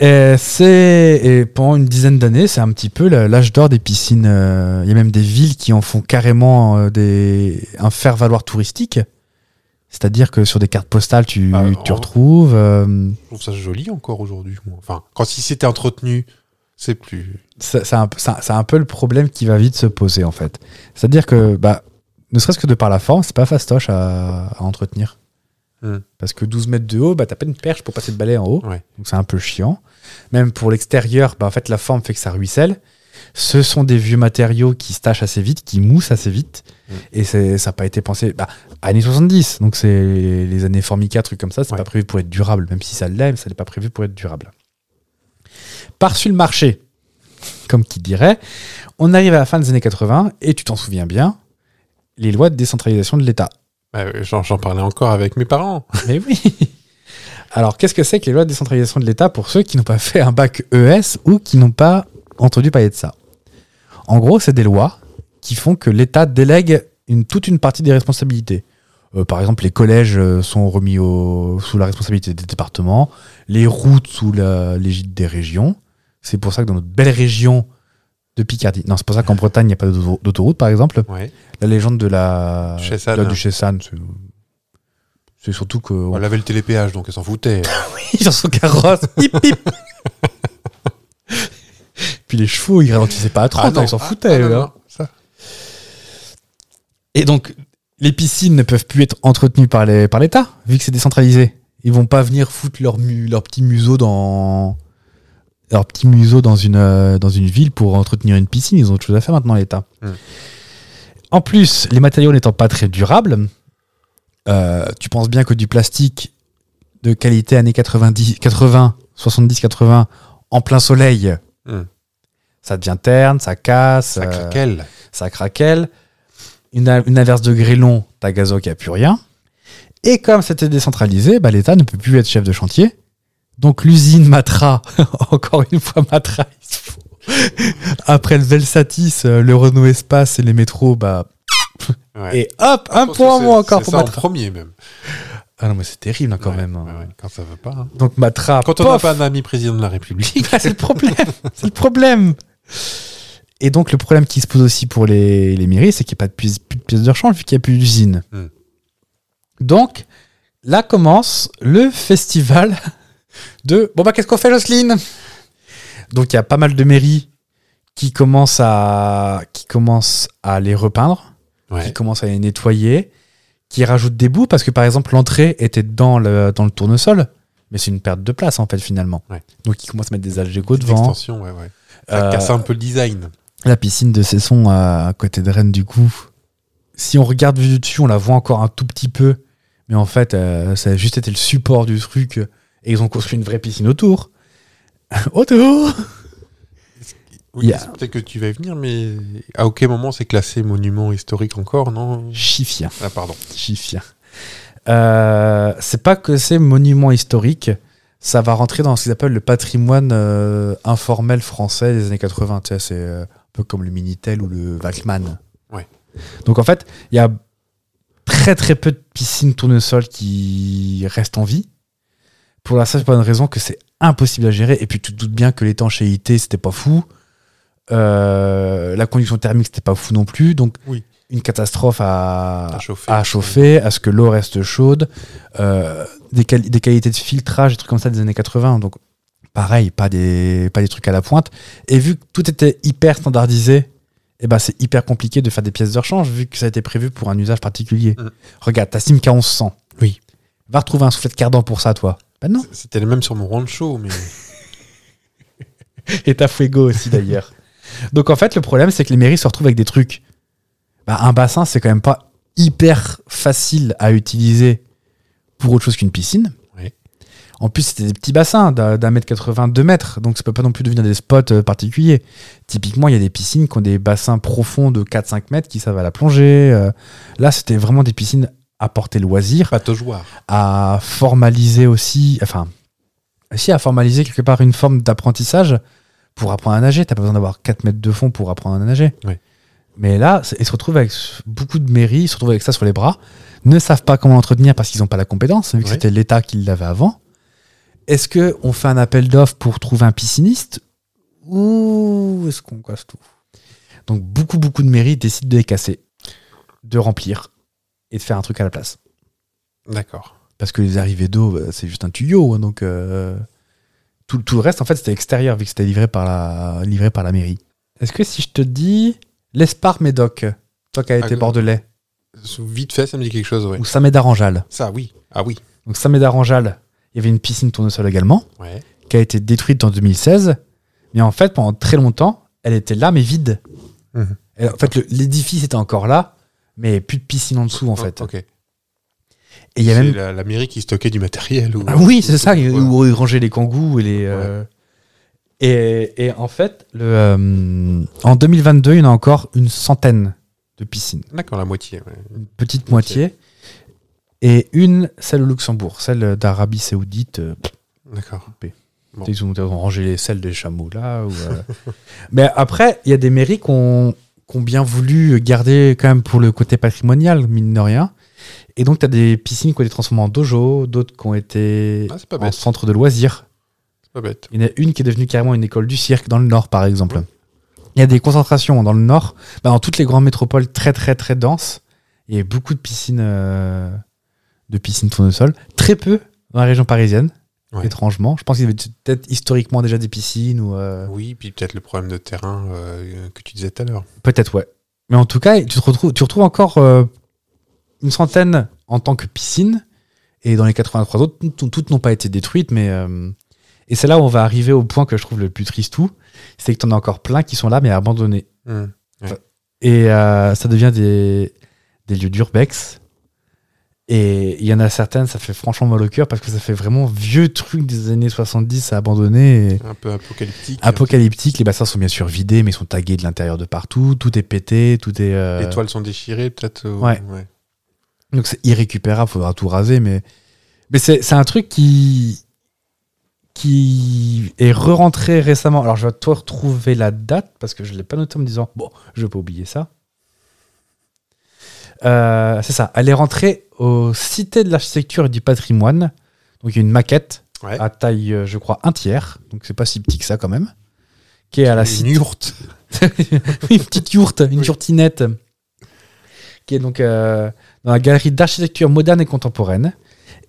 [SPEAKER 1] Et c'est et pendant une dizaine d'années, c'est un petit peu la- l'âge d'or des piscines. euh, Il y a même des villes qui en font carrément euh, des un faire valoir touristique. C'est-à-dire que sur des cartes postales, tu,
[SPEAKER 2] Ah,
[SPEAKER 1] tu
[SPEAKER 2] en-
[SPEAKER 1] retrouves. euh,
[SPEAKER 2] Je trouve ça joli encore aujourd'hui. moi. Enfin, quand si c'était entretenu, c'est plus.
[SPEAKER 1] ça- c'est un, peu- ça- c'est un peu le problème qui va vite se poser en fait. C'est-à-dire que, bah, ne serait-ce que de par la forme, c'est pas fastoche à, à entretenir.
[SPEAKER 2] Hmm.
[SPEAKER 1] Parce que 12 mètres de haut, bah, t'as pas une perche pour passer de balai en haut.
[SPEAKER 2] Ouais.
[SPEAKER 1] Donc c'est un peu chiant. Même pour l'extérieur, bah, en fait, la forme fait que ça ruisselle. Ce sont des vieux matériaux qui se tachent assez vite, qui moussent assez vite.
[SPEAKER 2] Mm.
[SPEAKER 1] Et c'est- ça n'a pas été pensé. Bah, années 70, donc c'est les, les années Formica, trucs comme ça, c'est
[SPEAKER 2] Ouais.
[SPEAKER 1] pas prévu pour être durable. Même si ça l'est, mais ça n'est pas prévu pour être durable. Par-dessus le marché, comme qui dirait, on arrive à la fin des années 80, et tu t'en souviens bien, les lois de décentralisation de l'État.
[SPEAKER 2] Ah oui, J'en j'en parlais encore avec mes parents.
[SPEAKER 1] Mais oui. Alors, qu'est-ce que c'est que les lois de décentralisation de l'État pour ceux qui n'ont pas fait un bac ES ou qui n'ont pas entendu parler de ça En gros, c'est des lois qui font que l'État délègue une, toute une partie des responsabilités. Euh, par exemple, les collèges euh, sont remis au- sous la responsabilité des départements, les routes sous la- l'égide des régions. C'est pour ça que dans notre belle région de Picardie, non, c'est pour ça qu'en Bretagne, il n'y a pas d'auto- d'autoroute, par exemple,
[SPEAKER 2] Ouais.
[SPEAKER 1] la légende de la
[SPEAKER 2] Du Chessan.
[SPEAKER 1] de la- du Chessan, c'est- c'est surtout que
[SPEAKER 2] On avait le télépéage, donc elle s'en foutait.
[SPEAKER 1] sur son carrosse, hip hip. Puis les chevaux, ils ralentissaient pas à 30, hein,
[SPEAKER 2] non.
[SPEAKER 1] ils s'en
[SPEAKER 2] Ah,
[SPEAKER 1] foutaient.
[SPEAKER 2] ah, non,
[SPEAKER 1] eux, hein.
[SPEAKER 2] non, ça.
[SPEAKER 1] Et donc, les piscines ne peuvent plus être entretenues par les- par l'État, vu que c'est décentralisé. Ils vont pas venir foutre leur, mu- leur petit museau dans leur petit museau dans une, euh, dans une ville pour entretenir une piscine. Ils ont autre chose à faire maintenant, l'État.
[SPEAKER 2] Hmm.
[SPEAKER 1] En plus, les matériaux n'étant pas très durables, euh, tu penses bien que du plastique de qualité années 90, 80, 70, 80, en plein soleil,
[SPEAKER 2] Hmm.
[SPEAKER 1] ça devient terne, ça casse.
[SPEAKER 2] Ça
[SPEAKER 1] euh,
[SPEAKER 2] craquelle.
[SPEAKER 1] ça craquelle. Une, a- une inverse de grêlon, t'as Gazo qui a plus rien. Et comme c'était décentralisé, bah, l'État ne peut plus être chef de chantier. Donc l'usine Matra, encore une fois Matra, ils se font- après le Velsatis, euh, le Renault Espace et les métros, bah,
[SPEAKER 2] Ouais.
[SPEAKER 1] et hop, un
[SPEAKER 2] Je pense
[SPEAKER 1] point en
[SPEAKER 2] que
[SPEAKER 1] moins
[SPEAKER 2] c'est-
[SPEAKER 1] encore
[SPEAKER 2] c'est
[SPEAKER 1] pour
[SPEAKER 2] ça en
[SPEAKER 1] Matra.
[SPEAKER 2] premier même.
[SPEAKER 1] Ah non, mais c'est terrible hein, quand
[SPEAKER 2] Ouais,
[SPEAKER 1] même. hein.
[SPEAKER 2] ouais, ouais, Quand ça va pas. hein.
[SPEAKER 1] Donc Matra,
[SPEAKER 2] Quand on n'a
[SPEAKER 1] pof,
[SPEAKER 2] pas un ami président de la République.
[SPEAKER 1] Ah, c'est le problème. c'est le problème. Et donc, le problème qui se pose aussi pour les, les mairies, c'est qu'il n'y a pas de pièces, plus de pièces de rechange vu qu'il n'y a plus d'usine.
[SPEAKER 2] Hmm.
[SPEAKER 1] Donc, là commence le festival de Bon, bah, qu'est-ce qu'on fait, Jocelyne Donc, il y a pas mal de mairies qui commencent à, qui commencent à les repeindre, qui
[SPEAKER 2] Ouais.
[SPEAKER 1] commencent à les nettoyer, qui rajoutent des bouts parce que, par exemple, l'entrée était dans le, dans le tournesol. Mais c'est une perte de place, en fait, finalement.
[SPEAKER 2] Ouais.
[SPEAKER 1] Donc, ils commencent à mettre des algécos
[SPEAKER 2] Petite
[SPEAKER 1] devant.
[SPEAKER 2] extension, ouais, ouais. Ça
[SPEAKER 1] Euh,
[SPEAKER 2] casse un peu le design.
[SPEAKER 1] La piscine de Cesson euh, à côté de Rennes, du coup, si on regarde vue du dessus, on la voit encore un tout petit peu. Mais en fait, euh, ça a juste été le support du truc. euh, Et ils ont construit une vraie piscine autour. autour
[SPEAKER 2] Oui,
[SPEAKER 1] Il y a-
[SPEAKER 2] c'est Peut-être que tu vas y venir, mais à aucun moment c'est classé monument historique encore, non
[SPEAKER 1] Chiffien.
[SPEAKER 2] Ah, pardon.
[SPEAKER 1] Chiffien. Euh, c'est pas que c'est monument historique. Ça va rentrer dans ce qu'ils appellent le patrimoine euh, informel français des années 80. Tu sais, c'est euh, un peu comme le Minitel ou le Walkman.
[SPEAKER 2] Ouais.
[SPEAKER 1] Donc en fait, il y a très très peu de piscines tournesol qui restent en vie. Pour la simple et bonne raison que c'est impossible à gérer. Et puis tu te doutes bien que l'étanchéité, c'était pas fou. Euh, la conduction thermique, c'était pas fou non plus. Donc
[SPEAKER 2] Oui.
[SPEAKER 1] une catastrophe à,
[SPEAKER 2] À chauffer.
[SPEAKER 1] Ah, à chauffer, à ce que l'eau reste chaude, euh, des, quali- des qualités de filtrage, des trucs comme ça des années 80. Donc, pareil, pas des, pas des trucs à la pointe. Et vu que tout était hyper standardisé, eh ben, c'est hyper compliqué de faire des pièces de rechange vu que ça a été prévu pour un usage particulier.
[SPEAKER 2] Mm.
[SPEAKER 1] Regarde, ta Simca 1100.
[SPEAKER 2] Oui.
[SPEAKER 1] Va retrouver un soufflet de cardan pour ça, toi. Ben non.
[SPEAKER 2] C'était le même sur mon rancho, mais
[SPEAKER 1] Et ta Fuego aussi, d'ailleurs. Donc, en fait, le problème, c'est que les mairies se retrouvent avec des trucs. Bah, un bassin, c'est quand même pas hyper facile à utiliser pour autre chose qu'une piscine.
[SPEAKER 2] Ouais.
[SPEAKER 1] En plus, c'était des petits bassins d'un d'un mètre 80, deux mètres, donc ça peut pas non plus devenir des spots euh, particuliers. Typiquement, il y a des piscines qui ont des bassins profonds de 4-5 mètres qui savent à la plongée. euh. Là, c'était vraiment des piscines à portée loisir
[SPEAKER 2] pataugeoire.
[SPEAKER 1] à formaliser aussi, enfin, aussi à formaliser quelque part une forme d'apprentissage pour apprendre à nager. T'as pas besoin d'avoir 4 mètres de fond pour apprendre à nager.
[SPEAKER 2] Oui.
[SPEAKER 1] Mais là, c'est- ils se retrouvent avec beaucoup de mairies, ils se retrouvent avec ça sur les bras, ne savent pas comment l'entretenir parce qu'ils n'ont pas la compétence, vu que
[SPEAKER 2] Oui.
[SPEAKER 1] c'était l'État qui l'avait avant. Est-ce que on fait un appel d'offres pour trouver un pisciniste ou est-ce qu'on casse tout Donc beaucoup, beaucoup de mairies décident de les casser, de remplir et de faire un truc à la place.
[SPEAKER 2] D'accord.
[SPEAKER 1] Parce que les arrivées d'eau, bah, c'est juste un tuyau. hein, donc, euh, tout, tout le reste, en fait, c'était extérieur, vu que c'était livré par la, livré par la mairie. Est-ce que si je te dis l'Espar Médoc, toi qui as été
[SPEAKER 2] Ah,
[SPEAKER 1] bordelais,
[SPEAKER 2] Sous- Vite fait, ça me dit quelque chose, ouais.
[SPEAKER 1] ou Saint-Médard-en-Jalles
[SPEAKER 2] Ça, oui. Ah oui.
[SPEAKER 1] Donc, Saint-Médard-en-Jalles, il y avait une piscine tournesol également,
[SPEAKER 2] Ouais.
[SPEAKER 1] qui a été détruite en 2016. Mais en fait, pendant très longtemps, elle était là, mais vide.
[SPEAKER 2] Mhm.
[SPEAKER 1] Et en fait, le- l'édifice était encore là, mais plus de piscine en dessous, en fait.
[SPEAKER 2] Ah, ok.
[SPEAKER 1] Et il y a
[SPEAKER 2] C'est
[SPEAKER 1] même
[SPEAKER 2] la, la mairie qui stockait du matériel. Ou...
[SPEAKER 1] Ah oui, c'est ça,
[SPEAKER 2] Ouais.
[SPEAKER 1] où ils rangeaient les kangous et les. euh, Et, et en fait, le, euh, en 2022, il y en a encore une centaine de piscines,
[SPEAKER 2] D'accord, la moitié. ouais.
[SPEAKER 1] une petite moitié. Et une, celle au Luxembourg, celle d'Arabie Saoudite. euh, pff,
[SPEAKER 2] D'accord. Bon.
[SPEAKER 1] Ils ont ils ont rangé les celles des chameaux là. ou, euh. Mais après, il y a des mairies qui ont, qui ont bien voulu garder quand même pour le côté patrimonial, mine de rien. Et donc, tu as des piscines qui ont été transformées en dojo, d'autres qui ont été
[SPEAKER 2] Ah, c'est pas
[SPEAKER 1] en
[SPEAKER 2] bête.
[SPEAKER 1] centre de loisirs.
[SPEAKER 2] C'est pas bête.
[SPEAKER 1] Il y en a une qui est devenue carrément une école du cirque dans le Nord, par exemple. Il y a des concentrations dans le Nord, bah, dans toutes les grandes métropoles très très très denses. Il y a beaucoup de piscines, euh, de piscines tournesol. Très peu dans la région parisienne,
[SPEAKER 2] Ouais.
[SPEAKER 1] étrangement. Je pense qu'il y avait peut-être historiquement déjà des piscines ou euh,
[SPEAKER 2] Oui, puis peut-être le problème de terrain euh, que tu disais tout à l'heure.
[SPEAKER 1] peut-être ouais. Mais en tout cas, tu te retrouves, tu retrouves encore euh, une centaine en tant que piscine. Et dans les 83 autres, tout- toutes n'ont pas été détruites, mais euh, et c'est là où on va arriver au point que je trouve le plus triste tout, c'est que t'en as encore plein qui sont là mais abandonnés.
[SPEAKER 2] Hmm.
[SPEAKER 1] Et euh, ça devient des, des lieux d'urbex. Et il y en a certaines, ça fait franchement mal au cœur parce que ça fait vraiment vieux truc des années 70 à abandonner. et
[SPEAKER 2] Un peu apocalyptique.
[SPEAKER 1] Apocalyptique, les bassins sont bien sûr vidés, mais ils sont tagués de l'intérieur de partout. Tout est pété, tout est. euh,
[SPEAKER 2] Les toiles sont déchirées, peut-être. euh,
[SPEAKER 1] Ouais. Donc c'est irrécupérable, faudra tout raser, mais, mais c'est c'est un truc qui, qui est re-rentré récemment. Alors je vais toi retrouver la date parce que je ne l'ai pas noté en me disant, bon, je vais pas oublier ça. Euh, c'est ça, elle est rentrée au Cité de l'Architecture et du Patrimoine. Donc il y a une maquette
[SPEAKER 2] Ouais.
[SPEAKER 1] à taille, euh, je crois, un tiers. Donc c'est pas si petit que ça quand même. Qui est à la
[SPEAKER 2] Une
[SPEAKER 1] Cité
[SPEAKER 2] yourte.
[SPEAKER 1] une petite yourte, une
[SPEAKER 2] Oui.
[SPEAKER 1] yourtinette, qui est donc euh, dans la galerie d'architecture moderne et contemporaine.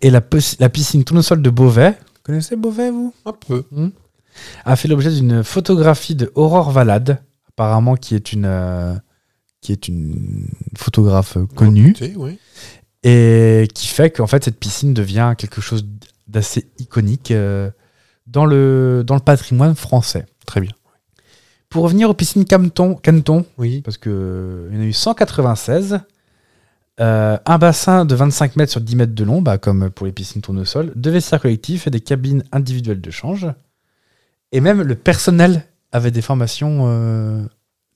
[SPEAKER 1] Et la, pis- la piscine tournesol de Beauvais, Connaissez Beauvais, vous
[SPEAKER 2] Un peu.
[SPEAKER 1] a fait l'objet d'une photographie de Aurore Valade, apparemment qui est une, euh, qui est une photographe connue,
[SPEAKER 2] Tu sais, oui.
[SPEAKER 1] et qui fait qu'en fait cette piscine devient quelque chose d'assez iconique euh, dans, le, dans le patrimoine français.
[SPEAKER 2] Très bien.
[SPEAKER 1] Pour revenir aux piscines Cameton, Caneton,
[SPEAKER 2] Oui.
[SPEAKER 1] parce qu'il y en a eu 196, euh, un bassin de 25 mètres sur 10 mètres de long, bah, comme pour les piscines tournesol, deux vestiaires collectifs et des cabines individuelles de change. Et même le personnel avait des formations, euh,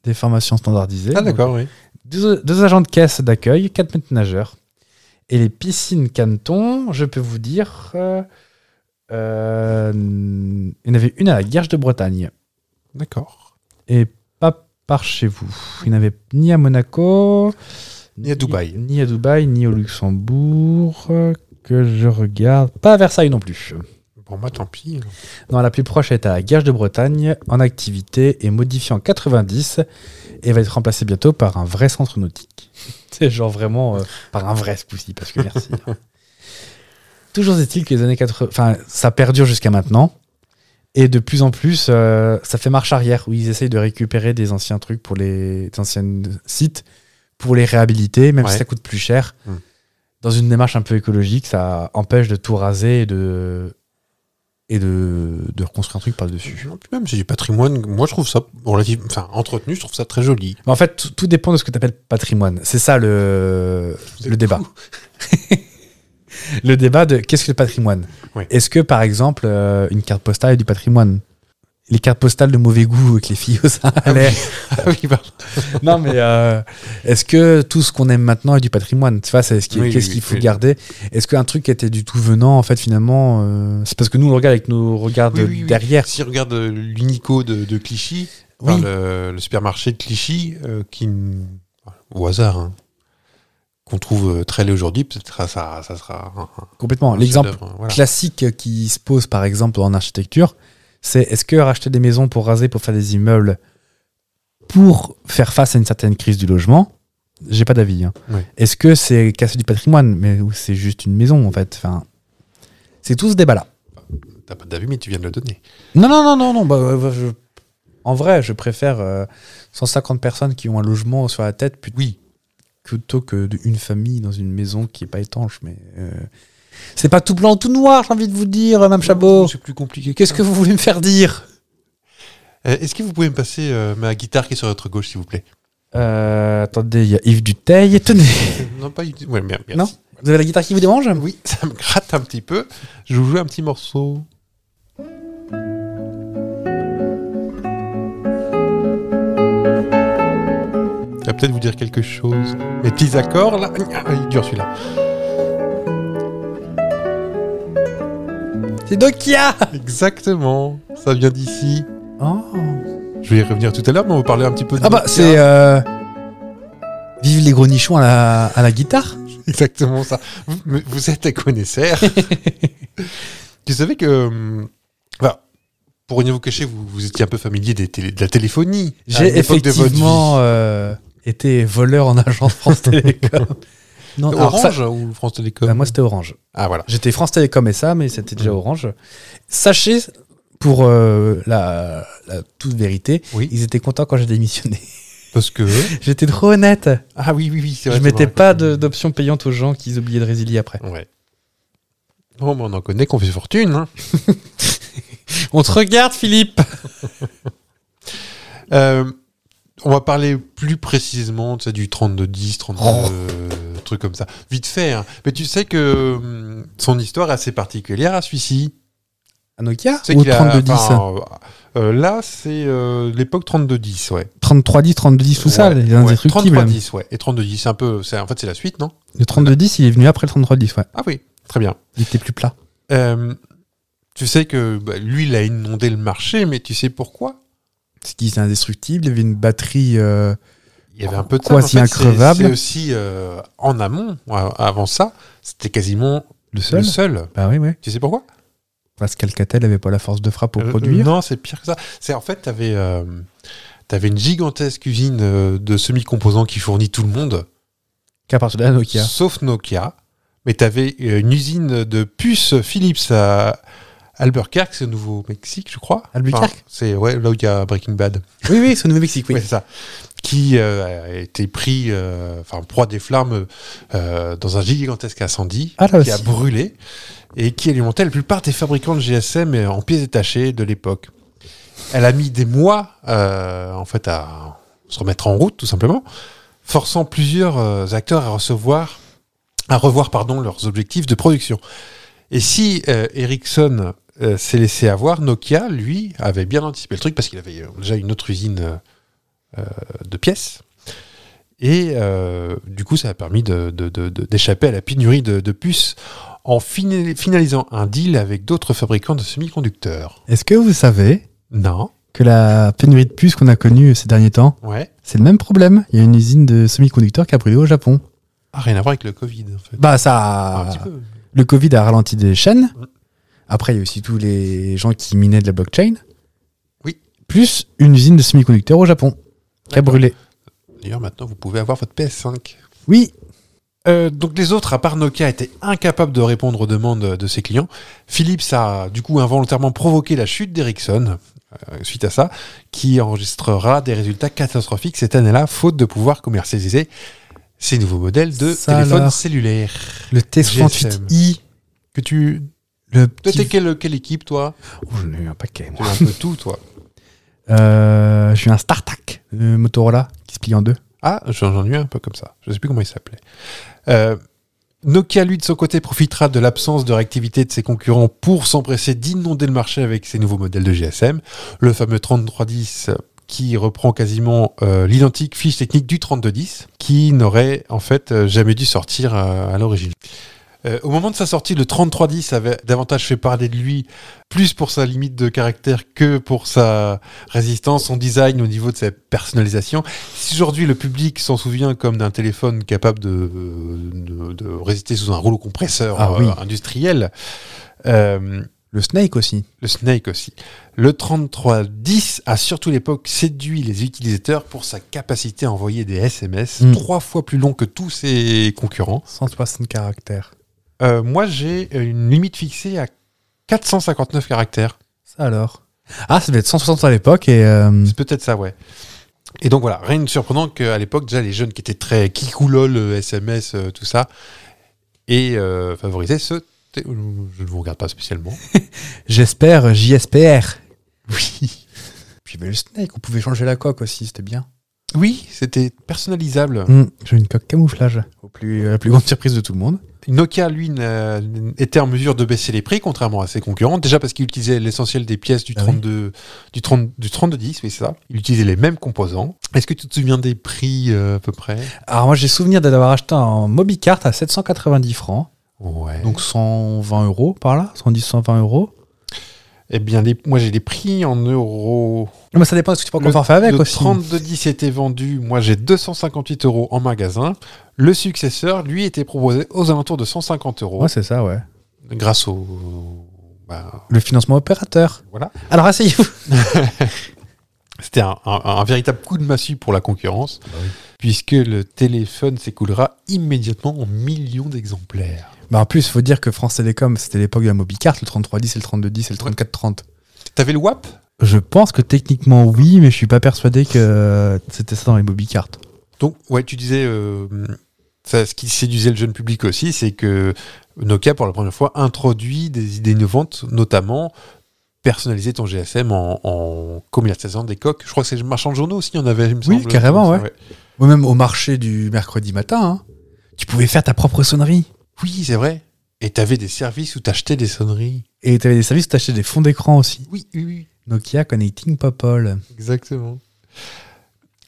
[SPEAKER 1] des formations standardisées.
[SPEAKER 2] Ah, d'accord, oui.
[SPEAKER 1] Deux, deux agents de caisse d'accueil, quatre mètres nageurs. Et les piscines Canton, je peux vous dire, euh, euh, il y en avait une à la Guerche de Bretagne
[SPEAKER 2] D'accord.
[SPEAKER 1] et pas par chez vous. Il n'y en avait ni à Monaco,
[SPEAKER 2] Ni à Dubaï.
[SPEAKER 1] ni à Dubaï, ni au Luxembourg, euh, que je regarde. Pas à Versailles non plus.
[SPEAKER 2] Bon, bah, tant pis.
[SPEAKER 1] Non, la plus proche est à la Gage de Bretagne, en activité et modifiée en 90, et va être remplacée bientôt par un vrai centre nautique. C'est genre vraiment euh, par un vrai ce coup-ci, parce que merci. hein. Toujours est-il que les années 80, enfin, ça perdure jusqu'à maintenant, et de plus en plus, euh, ça fait marche arrière, où ils essayent de récupérer des anciens trucs pour les des anciens sites, pour les réhabiliter, même
[SPEAKER 2] Ouais.
[SPEAKER 1] si ça coûte plus cher.
[SPEAKER 2] Hmm.
[SPEAKER 1] Dans une démarche un peu écologique, ça empêche de tout raser et de, et de, de reconstruire un truc par-dessus.
[SPEAKER 2] Puis Même c'est du patrimoine. Moi, je trouve ça relativement. Enfin, entretenu, je trouve ça très joli.
[SPEAKER 1] Mais en fait, tout, tout dépend de ce que tu appelles patrimoine. C'est ça le,
[SPEAKER 2] C'est
[SPEAKER 1] le
[SPEAKER 2] le
[SPEAKER 1] débat. le débat de qu'est-ce que le patrimoine
[SPEAKER 2] Oui.
[SPEAKER 1] Est-ce que, par exemple, euh, une carte postale est du patrimoine les cartes postales de mauvais goût avec les filles au sein à l'air.
[SPEAKER 2] Ah oui,
[SPEAKER 1] bah,
[SPEAKER 2] pardon.
[SPEAKER 1] Non, mais euh, est-ce que tout ce qu'on aime maintenant est du patrimoine Tu vois, c'est ce qui-
[SPEAKER 2] Oui,
[SPEAKER 1] qu'est-ce
[SPEAKER 2] oui,
[SPEAKER 1] qu'il
[SPEAKER 2] oui,
[SPEAKER 1] faut
[SPEAKER 2] oui.
[SPEAKER 1] garder Est-ce qu'un truc qui était du tout venant, en fait, finalement, euh, c'est parce que nous, on le regarde avec nos regards de-
[SPEAKER 2] Oui, oui, oui.
[SPEAKER 1] derrière.
[SPEAKER 2] Si on regarde euh, l'unico de, de Clichy,
[SPEAKER 1] Oui.
[SPEAKER 2] enfin, le, le supermarché de Clichy, euh, qui, n- au hasard, hein, qu'on trouve euh, très laid aujourd'hui, peut-être ça, ça, ça sera un- un-
[SPEAKER 1] complètement.
[SPEAKER 2] un
[SPEAKER 1] L'exemple
[SPEAKER 2] chef-d'œuvre, hein, voilà.
[SPEAKER 1] Ah. classique qui se pose par exemple en architecture, c'est est-ce que racheter des maisons pour raser, pour faire des immeubles, pour faire face à une certaine crise du logement, j'ai pas d'avis. hein.
[SPEAKER 2] Oui.
[SPEAKER 1] Est-ce que c'est casser du patrimoine, mais ou c'est juste une maison en fait enfin, C'est tout ce débat-là.
[SPEAKER 2] T'as pas d'avis, mais tu viens de le donner.
[SPEAKER 1] Non, non, non, non, non. bah, euh, je- en vrai, je préfère euh, 150 personnes qui ont un logement sur la tête plutôt, oui. plutôt que de- une famille dans une maison qui est pas étanche. Mais euh, c'est pas tout blanc, tout noir, j'ai envie de vous dire, Madame Chabot.
[SPEAKER 2] C'est plus compliqué.
[SPEAKER 1] Qu'est-ce que vous voulez me faire dire
[SPEAKER 2] Euh, Est-ce que vous pouvez me passer euh, ma guitare qui est sur votre gauche, s'il vous plaît
[SPEAKER 1] Euh, Attendez, il y a Yves Duteil. Tenez,
[SPEAKER 2] Non, pas. du- Ouais, merde, merci.
[SPEAKER 1] non Vous avez la guitare qui vous dérange
[SPEAKER 2] Oui, ça me gratte un petit peu. Je vous joue un petit morceau. Ça va peut-être vous dire quelque chose. Mes petits accords, là, ah, il dure celui-là.
[SPEAKER 1] C'est Dokia
[SPEAKER 2] Exactement, ça vient d'ici.
[SPEAKER 1] Oh.
[SPEAKER 2] Je vais y revenir tout à l'heure, mais on va parler un petit peu de...
[SPEAKER 1] Ah bah, c'est. euh, Vive les gros nichons à la, à la guitare
[SPEAKER 2] Exactement ça. Vous, mais vous êtes un connaisseur. tu savais que... hum, enfin, pour rien vous cacher, vous, vous étiez un peu familier des télé- de la téléphonie. à
[SPEAKER 1] J'ai
[SPEAKER 2] l'époque de votre vie.
[SPEAKER 1] effectivement euh, été voleur en agence France Télécom. non, alors ça-
[SPEAKER 2] Orange ou France Télécom
[SPEAKER 1] bah, moi, c'était Orange.
[SPEAKER 2] Ah voilà.
[SPEAKER 1] J'étais France Télécom et ça, mais c'était déjà
[SPEAKER 2] Mm.
[SPEAKER 1] Orange. Sachez, pour euh, la, la toute vérité,
[SPEAKER 2] Oui.
[SPEAKER 1] ils étaient contents quand j'ai démissionné.
[SPEAKER 2] Parce que.
[SPEAKER 1] J'étais trop honnête.
[SPEAKER 2] Ah oui, oui, oui, c'est
[SPEAKER 1] Je
[SPEAKER 2] vrai.
[SPEAKER 1] mettais
[SPEAKER 2] mettais
[SPEAKER 1] pas de- d'options payantes aux gens qui oubliaient de résilier après.
[SPEAKER 2] Ouais. Bon, bah, on en connaît qu'on fait fortune. hein.
[SPEAKER 1] On te regarde, Philippe
[SPEAKER 2] Euh, on va parler plus précisément tu sais, du 32-10, 32.
[SPEAKER 1] Oh.
[SPEAKER 2] euh, truc comme ça. Vite fait. hein. Mais tu sais que hum, son histoire est assez particulière à celui-ci.
[SPEAKER 1] Un Nokia
[SPEAKER 2] Tu sais
[SPEAKER 1] Ou
[SPEAKER 2] qu'il a-
[SPEAKER 1] 3210
[SPEAKER 2] enfin, euh, euh, Là, c'est euh, l'époque 32-10, ouais.
[SPEAKER 1] 3310, 3210, tout ça,
[SPEAKER 2] Ouais,
[SPEAKER 1] les
[SPEAKER 2] ouais.
[SPEAKER 1] indestructibles.
[SPEAKER 2] 33-10, ouais. Et 32-10, c'est un peu. c'est- En fait, c'est la suite, non
[SPEAKER 1] Le 3210, il est venu après le 3310, ouais.
[SPEAKER 2] Ah oui, très bien.
[SPEAKER 1] Il était plus plat.
[SPEAKER 2] Euh, tu sais que bah, lui, il a inondé le marché, mais tu sais pourquoi
[SPEAKER 1] C'est qu'il était indestructible, il y avait une batterie... euh,
[SPEAKER 2] Il y avait un peu de ça.
[SPEAKER 1] Quoi,
[SPEAKER 2] mais en
[SPEAKER 1] si
[SPEAKER 2] fait,
[SPEAKER 1] increvable
[SPEAKER 2] C'est c'est aussi euh, en amont, euh, avant ça, c'était quasiment
[SPEAKER 1] Le
[SPEAKER 2] le
[SPEAKER 1] seul
[SPEAKER 2] seul.
[SPEAKER 1] Bah oui, oui.
[SPEAKER 2] Tu sais pourquoi
[SPEAKER 1] Parce qu'Alcatel avait pas la force de frappe pour
[SPEAKER 2] Euh,
[SPEAKER 1] produire.
[SPEAKER 2] Non, c'est pire que ça. C'est en fait, tu avais, une gigantesque usine euh, de semi-composants qui fournit tout le monde,
[SPEAKER 1] Qu'à partir de là, Nokia.
[SPEAKER 2] euh, sauf Nokia. Mais tu avais une usine de puces Philips à, Albuquerque, c'est au Nouveau-Mexique, je crois.
[SPEAKER 1] Albuquerque
[SPEAKER 2] Enfin, C'est ouais, là où il y a Breaking Bad.
[SPEAKER 3] Oui, oui, c'est au Nouveau-Mexique, oui.
[SPEAKER 2] Ouais, c'est ça. Qui euh, a été pris, euh, enfin, proie des flammes euh, dans un gigantesque incendie
[SPEAKER 1] Ah, là
[SPEAKER 2] qui a
[SPEAKER 1] aussi.
[SPEAKER 2] brûlé et qui alimentait la plupart des fabricants de GSM en pièces détachées de l'époque. Elle a mis des mois, euh, en fait, à se remettre en route, tout simplement, forçant plusieurs euh, acteurs à recevoir, à revoir, pardon, leurs objectifs de production. Et si euh, Ericsson euh, s'est laissé avoir, Nokia, lui, avait bien anticipé le truc parce qu'il avait euh, déjà une autre usine euh, euh, de pièces. Et euh, du coup, ça a permis de- de- de- de- d'échapper à la pénurie de, de puces en fini- finalisant un deal avec d'autres fabricants de semi-conducteurs.
[SPEAKER 1] Est-ce que vous savez
[SPEAKER 2] Non.
[SPEAKER 1] que la pénurie de puces qu'on a connue ces derniers temps,
[SPEAKER 2] Ouais.
[SPEAKER 1] c'est le même problème Il y a une usine de semi-conducteurs qui a brûlé au Japon.
[SPEAKER 2] Ah, rien à voir avec le Covid, en fait. Ah.
[SPEAKER 1] Bah
[SPEAKER 2] Un
[SPEAKER 1] ça,
[SPEAKER 2] petit peu.
[SPEAKER 1] le Covid a ralenti des chaînes.
[SPEAKER 2] Mm.
[SPEAKER 1] Après, il y a aussi tous les gens qui minaient de la blockchain.
[SPEAKER 2] Oui.
[SPEAKER 1] Plus une usine de semi-conducteurs au Japon qui a
[SPEAKER 2] D'accord.
[SPEAKER 1] brûlé.
[SPEAKER 2] D'ailleurs, maintenant, vous pouvez avoir votre PS5.
[SPEAKER 1] Oui.
[SPEAKER 2] Euh, donc les autres, à part Nokia, étaient incapables de répondre aux demandes de ses clients. Philips a du coup involontairement provoqué la chute d'Ericsson euh, suite à ça, qui enregistrera des résultats catastrophiques cette année-là, faute de pouvoir commercialiser ses nouveaux modèles de
[SPEAKER 1] Ça
[SPEAKER 2] téléphones
[SPEAKER 1] alors.
[SPEAKER 2] cellulaires.
[SPEAKER 1] Le T68i.
[SPEAKER 2] Que tu...
[SPEAKER 1] Le
[SPEAKER 2] Toi,
[SPEAKER 1] petit...
[SPEAKER 2] t'es quelle, quelle équipe, toi
[SPEAKER 1] Oh, j'en ai eu un paquet.
[SPEAKER 2] Tu as un peu tout, toi.
[SPEAKER 1] Euh, je suis un StarTAC de Motorola qui se plie en deux.
[SPEAKER 2] Ah, j'en j'en ai eu un peu comme ça. Je sais plus comment il s'appelait. Euh, Nokia, lui, de son côté, profitera de l'absence de réactivité de ses concurrents pour s'empresser d'inonder le marché avec ses nouveaux modèles de GSM. Le fameux 3310 euh, qui reprend quasiment euh, l'identique fiche technique du 3210 qui n'aurait en fait euh, jamais dû sortir euh, à l'origine. Euh, au moment de sa sortie, le 3310 avait davantage fait parler de lui, plus pour sa limite de caractère que pour sa résistance, son design au niveau de sa personnalisation. Si aujourd'hui le public s'en souvient comme d'un téléphone capable de, de- de résister sous un rouleau compresseur
[SPEAKER 1] Ah oui.
[SPEAKER 2] industriel, euh,
[SPEAKER 1] Le Snake aussi.
[SPEAKER 2] le Snake aussi. Le 3310 a surtout à l'époque séduit les utilisateurs pour sa capacité à envoyer des SMS
[SPEAKER 1] Mm.
[SPEAKER 2] trois fois plus longs que tous ses concurrents.
[SPEAKER 1] 160 caractères.
[SPEAKER 2] Euh, moi, j'ai une limite fixée à 459 caractères.
[SPEAKER 1] Ça alors Ah, ça devait être 160 à l'époque et. euh,
[SPEAKER 2] C'est peut-être ça, ouais. Et donc voilà, rien de surprenant qu'à l'époque, déjà, les jeunes qui étaient très kikoulol, euh, SMS, euh, tout ça, et euh, favorisaient ce... thé- Je ne vous regarde pas spécialement.
[SPEAKER 1] J'espère, JSPR. Oui. Puis ben, le Snake, on pouvait changer la coque aussi, c'était bien.
[SPEAKER 2] Oui, c'était personnalisable.
[SPEAKER 1] J'ai une coque camouflage, Mm. au plus, à la plus grande surprise de tout le monde.
[SPEAKER 2] Nokia, lui, n'a- était en mesure de baisser les prix, contrairement à ses concurrents. Déjà parce qu'il utilisait l'essentiel des pièces du
[SPEAKER 1] Ah oui.
[SPEAKER 2] 32, du 30 du 3210, oui, c'est ça. Il utilisait les mêmes composants. Est-ce que tu te souviens des prix euh, à peu près
[SPEAKER 1] Alors moi j'ai souvenir d'avoir acheté un Mobicart à 790 francs,
[SPEAKER 2] Ouais.
[SPEAKER 1] donc 120 euros par là, 110, 120 euros.
[SPEAKER 2] eh bien, les- moi, j'ai les prix en euros.
[SPEAKER 1] Mais Ah, bah, ça dépend de ce que tu prends
[SPEAKER 2] Le-
[SPEAKER 1] qu'on fait avec
[SPEAKER 2] le
[SPEAKER 1] aussi.
[SPEAKER 2] 3210 était vendu. Moi, j'ai 258 euros en magasin. Le successeur, lui, était proposé aux alentours de 150 euros
[SPEAKER 1] Ouais, c'est ça, ouais.
[SPEAKER 2] grâce au. bah,
[SPEAKER 1] Le financement opérateur.
[SPEAKER 2] voilà.
[SPEAKER 1] Alors asseyez-vous.
[SPEAKER 2] C'était un, un- un véritable coup de massue pour la concurrence,
[SPEAKER 1] Ah oui.
[SPEAKER 2] puisque le téléphone s'écoulera immédiatement en millions d'exemplaires.
[SPEAKER 1] Bah en plus, faut dire que France Télécom, c'était l'époque de la Mobicart, le 3310 et le 3210 et le 3430.
[SPEAKER 2] T'avais le WAP
[SPEAKER 1] Je pense que techniquement oui, mais je suis pas persuadé que c'était ça dans les Mobicarts.
[SPEAKER 2] Donc, ouais, tu disais, euh, ça, ce qui séduisait le jeune public aussi, c'est que Nokia, pour la première fois, introduit des idées innovantes, notamment personnaliser ton GSM en, en commercialisant des coques. Je crois que c'est le marchand de journaux aussi, il y en avait, il me
[SPEAKER 1] Oui,
[SPEAKER 2] semble.
[SPEAKER 1] carrément, ouais. Ou même au marché du mercredi matin, hein, tu pouvais faire ta propre sonnerie.
[SPEAKER 2] Oui, c'est vrai. Et t'avais des services où t'achetais des sonneries.
[SPEAKER 1] Et t'avais des services où t'achetais des fonds d'écran aussi.
[SPEAKER 2] Oui, oui, oui.
[SPEAKER 1] Nokia Connecting Popol.
[SPEAKER 2] Exactement.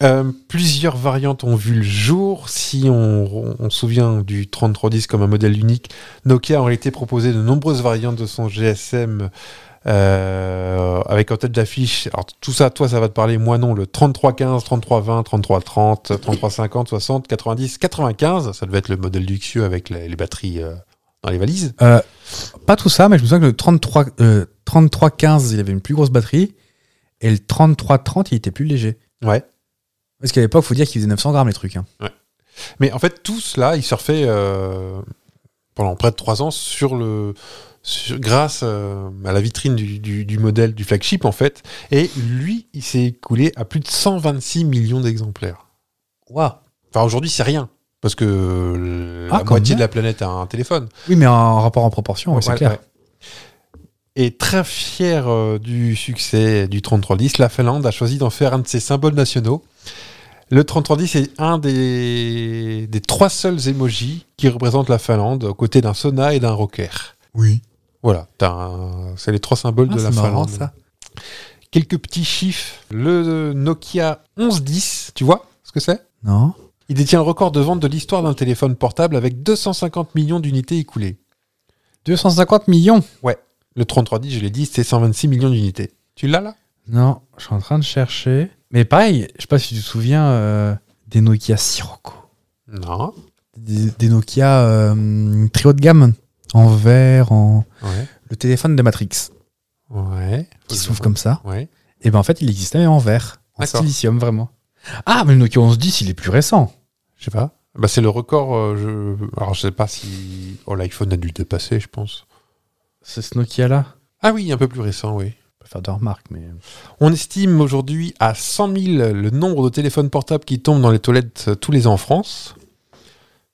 [SPEAKER 2] Euh, plusieurs variantes ont vu le jour. Si on, on se souvient du 3310 comme un modèle unique, Nokia a en réalité proposé de nombreuses variantes de son GSM euh, avec en tête d'affiche. Alors tout ça, toi, ça va te parler. Moi, non. Le 3315, 3320, 3330, 3350, 60, 90, 95. Ça devait être le modèle luxueux avec les, les batteries euh, dans les valises.
[SPEAKER 1] Pas tout ça, mais je me souviens que le 33, euh, 3315, il avait une plus grosse batterie. Et le 3330, il était plus léger.
[SPEAKER 2] Ouais.
[SPEAKER 1] Parce qu'à l'époque, faut dire qu'il faisait 900 grammes les trucs. hein.
[SPEAKER 2] Mais en fait, tout cela, il surfait euh, pendant près de trois ans sur le, sur- grâce euh, à la vitrine du, du- du modèle du flagship en fait. Et lui, il s'est écoulé à plus de 126 millions d'exemplaires.
[SPEAKER 1] Waouh.
[SPEAKER 2] Enfin, aujourd'hui, c'est rien. Parce que euh,
[SPEAKER 1] Ah,
[SPEAKER 2] la
[SPEAKER 1] quand
[SPEAKER 2] moitié
[SPEAKER 1] même.
[SPEAKER 2] de la planète a un téléphone.
[SPEAKER 1] Oui, mais en rapport en proportion, oui, c'est
[SPEAKER 2] Ouais,
[SPEAKER 1] clair.
[SPEAKER 2] ouais. Et très fier euh, du succès du 3310, la Finlande a choisi d'en faire un de ses symboles nationaux. Le 3310 est un des, des trois seuls emojis qui représentent la Finlande aux côtés d'un sauna et d'un rocker.
[SPEAKER 1] Oui.
[SPEAKER 2] Voilà, t'as un- c'est les trois symboles
[SPEAKER 1] Ah,
[SPEAKER 2] de la
[SPEAKER 1] c'est marrant,
[SPEAKER 2] Finlande.
[SPEAKER 1] ça.
[SPEAKER 2] Quelques petits chiffres. Le Nokia 1110, tu vois ce que c'est
[SPEAKER 1] Non.
[SPEAKER 2] Il détient le record de vente de l'histoire d'un téléphone portable avec 250 millions d'unités écoulées.
[SPEAKER 1] 250 millions.
[SPEAKER 2] Le 3310, je l'ai dit, c'est 126 millions d'unités. Tu l'as là
[SPEAKER 1] Non, je suis en train de chercher. Mais pareil, je sais pas si tu te souviens euh, des Nokia Sirocco.
[SPEAKER 2] Non.
[SPEAKER 1] Des, des Nokia euh, très haut de gamme. En vert, en.
[SPEAKER 2] Ouais.
[SPEAKER 1] Le téléphone de Matrix
[SPEAKER 2] Ouais.
[SPEAKER 1] qui s'ouvre comme ça.
[SPEAKER 2] Ouais.
[SPEAKER 1] Et ben en fait, il existait mais en vert. En
[SPEAKER 2] D'accord.
[SPEAKER 1] silicium, vraiment. Ah, mais le Nokia 1110, il est plus récent.
[SPEAKER 2] Je sais pas. Bah, c'est le record. euh, je... Alors, je sais pas si. Oh, l'iPhone a dû le dépasser, je pense.
[SPEAKER 1] C'est ce Nokia-là.
[SPEAKER 2] Ah oui, un peu plus récent, oui.
[SPEAKER 1] Je peux faire deux remarques, mais.
[SPEAKER 2] On estime aujourd'hui à 100 000 le nombre de téléphones portables qui tombent dans les toilettes euh, tous les ans en France.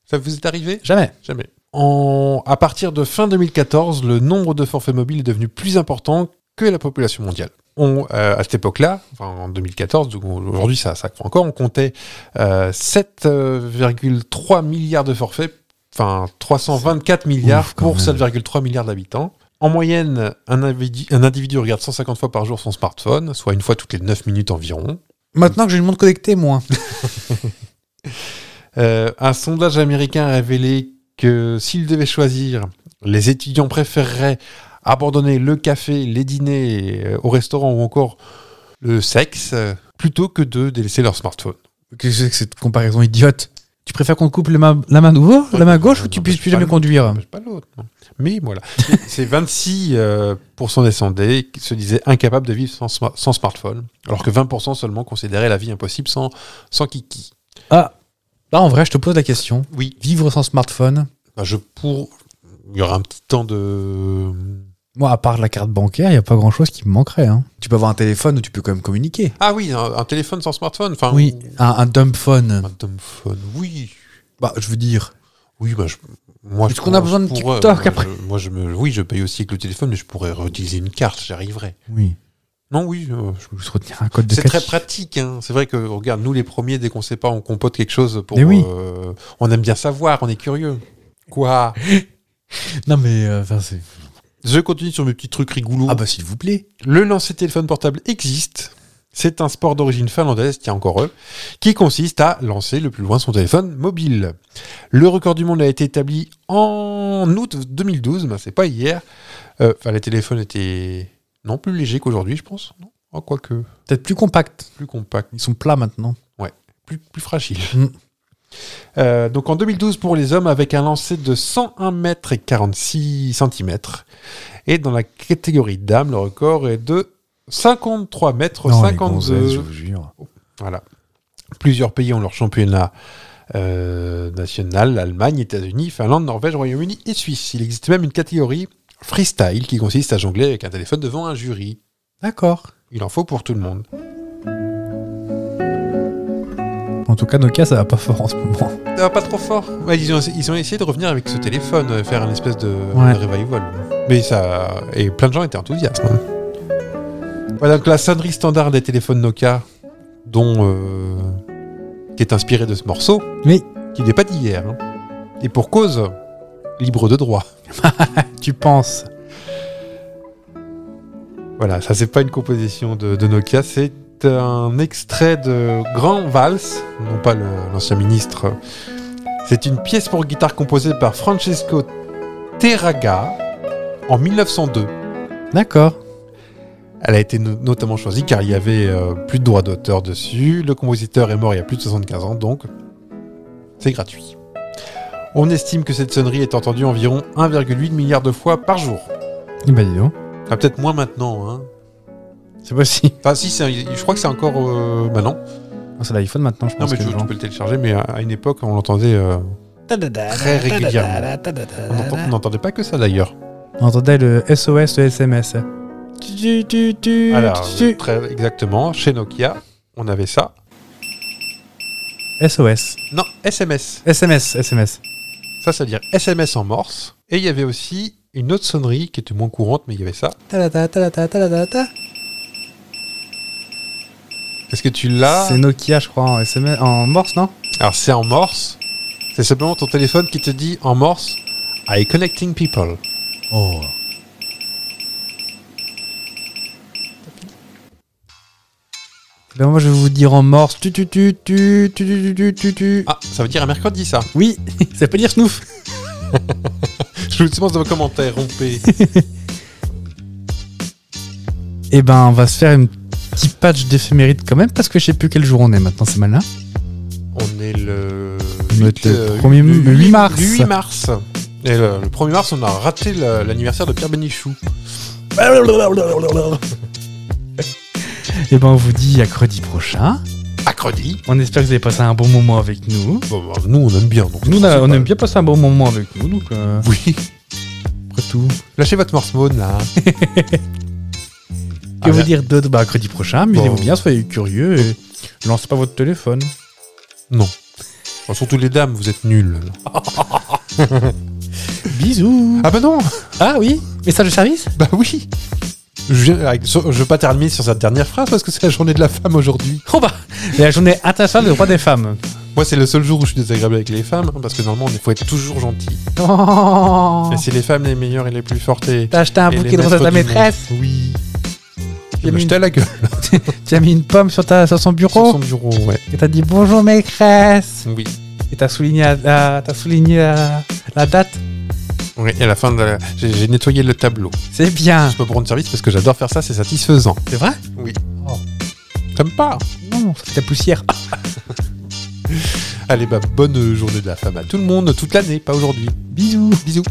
[SPEAKER 2] Ça vous est arrivé
[SPEAKER 1] Jamais.
[SPEAKER 2] Jamais. En... À partir de fin 2014, le nombre de forfaits mobiles est devenu plus important que la population mondiale. On, euh, à cette époque-là, enfin, en 2014, donc aujourd'hui ça, ça croît encore, on comptait euh, 7,3 milliards de forfaits, enfin 324 milliards
[SPEAKER 1] Ouf, quand
[SPEAKER 2] pour
[SPEAKER 1] même.
[SPEAKER 2] 7,3 milliards d'habitants. En moyenne, un individu, un individu regarde 150 fois par jour son smartphone, soit une fois toutes les 9 minutes environ.
[SPEAKER 1] Maintenant que j'ai une montre connectée, moi.
[SPEAKER 2] Euh, un sondage américain a révélé que s'ils devaient choisir, les étudiants préféreraient abandonner le café, les dîners euh, au restaurant ou encore le sexe euh, plutôt que de délaisser leur smartphone.
[SPEAKER 1] Qu'est-ce que c'est que cette comparaison idiote Tu préfères qu'on te coupe le ma- la main droite, la main gauche, ou tu
[SPEAKER 2] Non,
[SPEAKER 1] puisses
[SPEAKER 2] mais
[SPEAKER 1] plus
[SPEAKER 2] c'est pas
[SPEAKER 1] jamais
[SPEAKER 2] le-
[SPEAKER 1] conduire
[SPEAKER 2] n'empêche pas l'autre. non. Mais voilà, c'est 26% euh, pourcent des sondés qui se disaient incapables de vivre sans, sma- sans smartphone, alors que 20% seulement considéraient la vie impossible sans, sans kiki.
[SPEAKER 1] Ah, là en vrai, je te pose la question.
[SPEAKER 2] Oui.
[SPEAKER 1] Vivre sans smartphone,
[SPEAKER 2] Bah, je pour... Il y aura un petit temps de...
[SPEAKER 1] moi, à part la carte bancaire, il n'y a pas grand-chose qui me manquerait. hein. Tu peux avoir un téléphone où tu peux quand même communiquer.
[SPEAKER 2] Ah oui, un, un téléphone sans smartphone. Enfin,
[SPEAKER 1] Oui, un, un dumb phone.
[SPEAKER 2] Un dumbphone, oui.
[SPEAKER 1] Bah, je veux dire.
[SPEAKER 2] Oui, bah, je- moi,
[SPEAKER 1] Est-ce
[SPEAKER 2] je
[SPEAKER 1] qu'on a besoin
[SPEAKER 2] pourrais-
[SPEAKER 1] de
[SPEAKER 2] je pourrais-
[SPEAKER 1] TikTok
[SPEAKER 2] moi, je-
[SPEAKER 1] après
[SPEAKER 2] Moi, je me, oui, je paye aussi avec le téléphone, mais je pourrais réutiliser une carte, j'y arriverai.
[SPEAKER 1] Oui,
[SPEAKER 2] Non, oui, euh, je-
[SPEAKER 1] je peux juste retenir un code de
[SPEAKER 2] c'est très
[SPEAKER 1] cache.
[SPEAKER 2] pratique. hein. C'est vrai que, regarde, nous les premiers, dès qu'on sait pas, on compote quelque chose pour.
[SPEAKER 1] Mais oui.
[SPEAKER 2] euh, on aime bien savoir, on est curieux. Quoi
[SPEAKER 1] Non, mais euh, enfin, c'est.
[SPEAKER 2] Je continue sur mes petits trucs rigoulos.
[SPEAKER 1] Ah, bah, s'il vous plaît.
[SPEAKER 2] Le lancer de téléphone portable existe. C'est un sport d'origine finlandaise, tiens encore eux, qui consiste à lancer le plus loin son téléphone mobile. Le record du monde a été établi en août 2012, ben c'est pas hier. Euh, Enfin, les téléphones étaient non plus légers qu'aujourd'hui, je pense. Non Oh, quoique,
[SPEAKER 1] Peut-être plus compact.
[SPEAKER 2] plus compact,
[SPEAKER 1] Ils sont plats maintenant.
[SPEAKER 2] plus, plus fragile.
[SPEAKER 1] Mm.
[SPEAKER 2] Euh, donc en 2012 pour les hommes avec un lancer de 101 mètres et 46 cm. Et dans la catégorie dames, le record est de 53 mètres
[SPEAKER 1] Non, les
[SPEAKER 2] 52.
[SPEAKER 1] gonzesses, je vous jure.
[SPEAKER 2] Voilà. Plusieurs pays ont leur championnat euh, national Allemagne, États-Unis, Finlande, Norvège, Royaume-Uni et Suisse. Il existe même une catégorie freestyle qui consiste à jongler avec un téléphone devant un jury.
[SPEAKER 1] D'accord.
[SPEAKER 2] Il en faut pour tout le monde.
[SPEAKER 1] En tout cas, Nokia, ça va pas fort en ce moment.
[SPEAKER 2] Ah, pas trop fort. Ouais, ils, ont, ils ont essayé de revenir avec ce téléphone, euh, faire une espèce de,
[SPEAKER 1] Ouais.
[SPEAKER 2] de revival. Mais ça. Et plein de gens étaient enthousiastes. hein. Voilà, donc la sonnerie standard des téléphones Nokia, dont. euh, qui est inspirée de ce morceau.
[SPEAKER 1] Oui.
[SPEAKER 2] Qui n'est pas d'hier. hein. Et pour cause, libre de droit.
[SPEAKER 1] Tu penses
[SPEAKER 2] Voilà, ça c'est pas une composition de, de Nokia, c'est un extrait de Grand Vals, non pas le- l'ancien ministre. C'est une pièce pour guitare composée par Francesco Terraga en 1902.
[SPEAKER 1] D'accord.
[SPEAKER 2] Elle a été no- notamment choisie car il y avait euh, plus de droits d'auteur dessus. Le compositeur est mort il y a plus de 75 ans, donc c'est gratuit. On estime que cette sonnerie est entendue environ 1,8 milliard de fois par jour.
[SPEAKER 1] Eh ben, dis donc.
[SPEAKER 2] Ah, Peut-être moins maintenant, hein.
[SPEAKER 1] C'est possible.
[SPEAKER 2] Enfin, si, c'est un- je crois que c'est encore. euh, bah non.
[SPEAKER 1] Ah, C'est l'iPhone maintenant, je
[SPEAKER 2] Non,
[SPEAKER 1] pense.
[SPEAKER 2] mais
[SPEAKER 1] que
[SPEAKER 2] tu,
[SPEAKER 1] les gens-
[SPEAKER 2] tu peux le télécharger, mais à, à une époque, on l'entendait. euh, Très régulièrement. On n'entend- on n'entendait pas que ça d'ailleurs.
[SPEAKER 1] On entendait le SOS, le SMS.
[SPEAKER 2] Alors, très exactement, chez Nokia, on avait ça.
[SPEAKER 1] SOS.
[SPEAKER 2] Non, SMS.
[SPEAKER 1] SMS, SMS.
[SPEAKER 2] Ça, ça veut dire SMS en morse. Et il y avait aussi une autre sonnerie qui était moins courante, mais il y avait ça.
[SPEAKER 1] Talata, talata, talata, ta.
[SPEAKER 2] Est-ce que tu l'as
[SPEAKER 1] C'est Nokia, je crois, en, SMS, en morse, non
[SPEAKER 2] Alors, c'est en morse. C'est simplement ton téléphone qui te dit en morse I connecting people.
[SPEAKER 1] Oh. Ben moi je vais vous dire en morse. Tu tu tu tu tu tu tu tu tu tu.
[SPEAKER 2] Ah, ça veut dire un mercredi, ça.
[SPEAKER 1] Oui, ça peut dire snouf.
[SPEAKER 2] Je vous demande dans vos commentaires, rompez.
[SPEAKER 1] Et ben on va se faire une petite patch d'éphéméride quand même parce que je sais plus quel jour on est maintenant c'est malin.
[SPEAKER 2] on est le.
[SPEAKER 1] On doit être
[SPEAKER 2] huit,
[SPEAKER 1] le
[SPEAKER 2] euh,
[SPEAKER 1] premier-
[SPEAKER 2] le
[SPEAKER 1] le huit mars.
[SPEAKER 2] Le 8 mars. Et le, le 1er mars, on a raté la- l'anniversaire de Pierre Bénichou.
[SPEAKER 1] Et ben on vous dit à mercredi prochain.
[SPEAKER 2] Mercredi.
[SPEAKER 1] On espère que vous avez passé un bon moment avec nous.
[SPEAKER 2] Bon, bah, nous, on aime bien. Donc
[SPEAKER 1] Nous on, a- on
[SPEAKER 2] principal.
[SPEAKER 1] aime bien passer un bon moment avec nous donc euh,
[SPEAKER 2] Oui.
[SPEAKER 1] après tout.
[SPEAKER 2] Lâchez votre morse Maud, là.
[SPEAKER 1] Que
[SPEAKER 2] Ah,
[SPEAKER 1] vous
[SPEAKER 2] là.
[SPEAKER 1] dire d'autre bah, mercredi prochain Amusez-vous
[SPEAKER 2] Bon.
[SPEAKER 1] bien, soyez curieux et lancez pas votre téléphone.
[SPEAKER 2] Non. Enfin, surtout les dames, vous êtes nuls.
[SPEAKER 1] Bisous.
[SPEAKER 2] Ah bah non
[SPEAKER 1] Ah oui Message de service
[SPEAKER 2] Bah oui je, viens avec- sur- je veux pas terminer sur cette dernière phrase parce que c'est la journée de la femme aujourd'hui.
[SPEAKER 1] Oh bah La journée internationale des droits des femmes.
[SPEAKER 2] Moi, c'est le seul jour où je suis désagréable avec les femmes hein, parce que normalement, il faut être toujours gentil.
[SPEAKER 1] Oh
[SPEAKER 2] Et c'est les femmes les meilleures et les plus fortes. Et...
[SPEAKER 1] T'as acheté un
[SPEAKER 2] et les
[SPEAKER 1] bouquet de roses à ta
[SPEAKER 2] maîtres du monde.
[SPEAKER 1] maîtresse
[SPEAKER 2] Oui. Eh
[SPEAKER 1] Il y a
[SPEAKER 2] Il m'a
[SPEAKER 1] mis-
[SPEAKER 2] jeté à la gueule
[SPEAKER 1] Tu as mis une pomme sur, ta, sur son
[SPEAKER 2] sur
[SPEAKER 1] bureau
[SPEAKER 2] son bureau, ouais.
[SPEAKER 1] Et t'as dit bonjour maîtresse
[SPEAKER 2] Oui.
[SPEAKER 1] Et t'as souligné, à- à- t'as souligné à- la date
[SPEAKER 2] Oui, et à la fin de la- J'ai j'ai nettoyé le tableau.
[SPEAKER 1] C'est bien
[SPEAKER 2] Je peux prendre service parce que j'adore faire ça, c'est satisfaisant.
[SPEAKER 1] C'est vrai Oh.
[SPEAKER 2] T'aimes pas
[SPEAKER 1] Non, ça fait de la poussière.
[SPEAKER 2] Allez, bah, bonne journée de la femme à tout le monde, toute l'année, pas aujourd'hui.
[SPEAKER 1] Bisous
[SPEAKER 2] Bisous.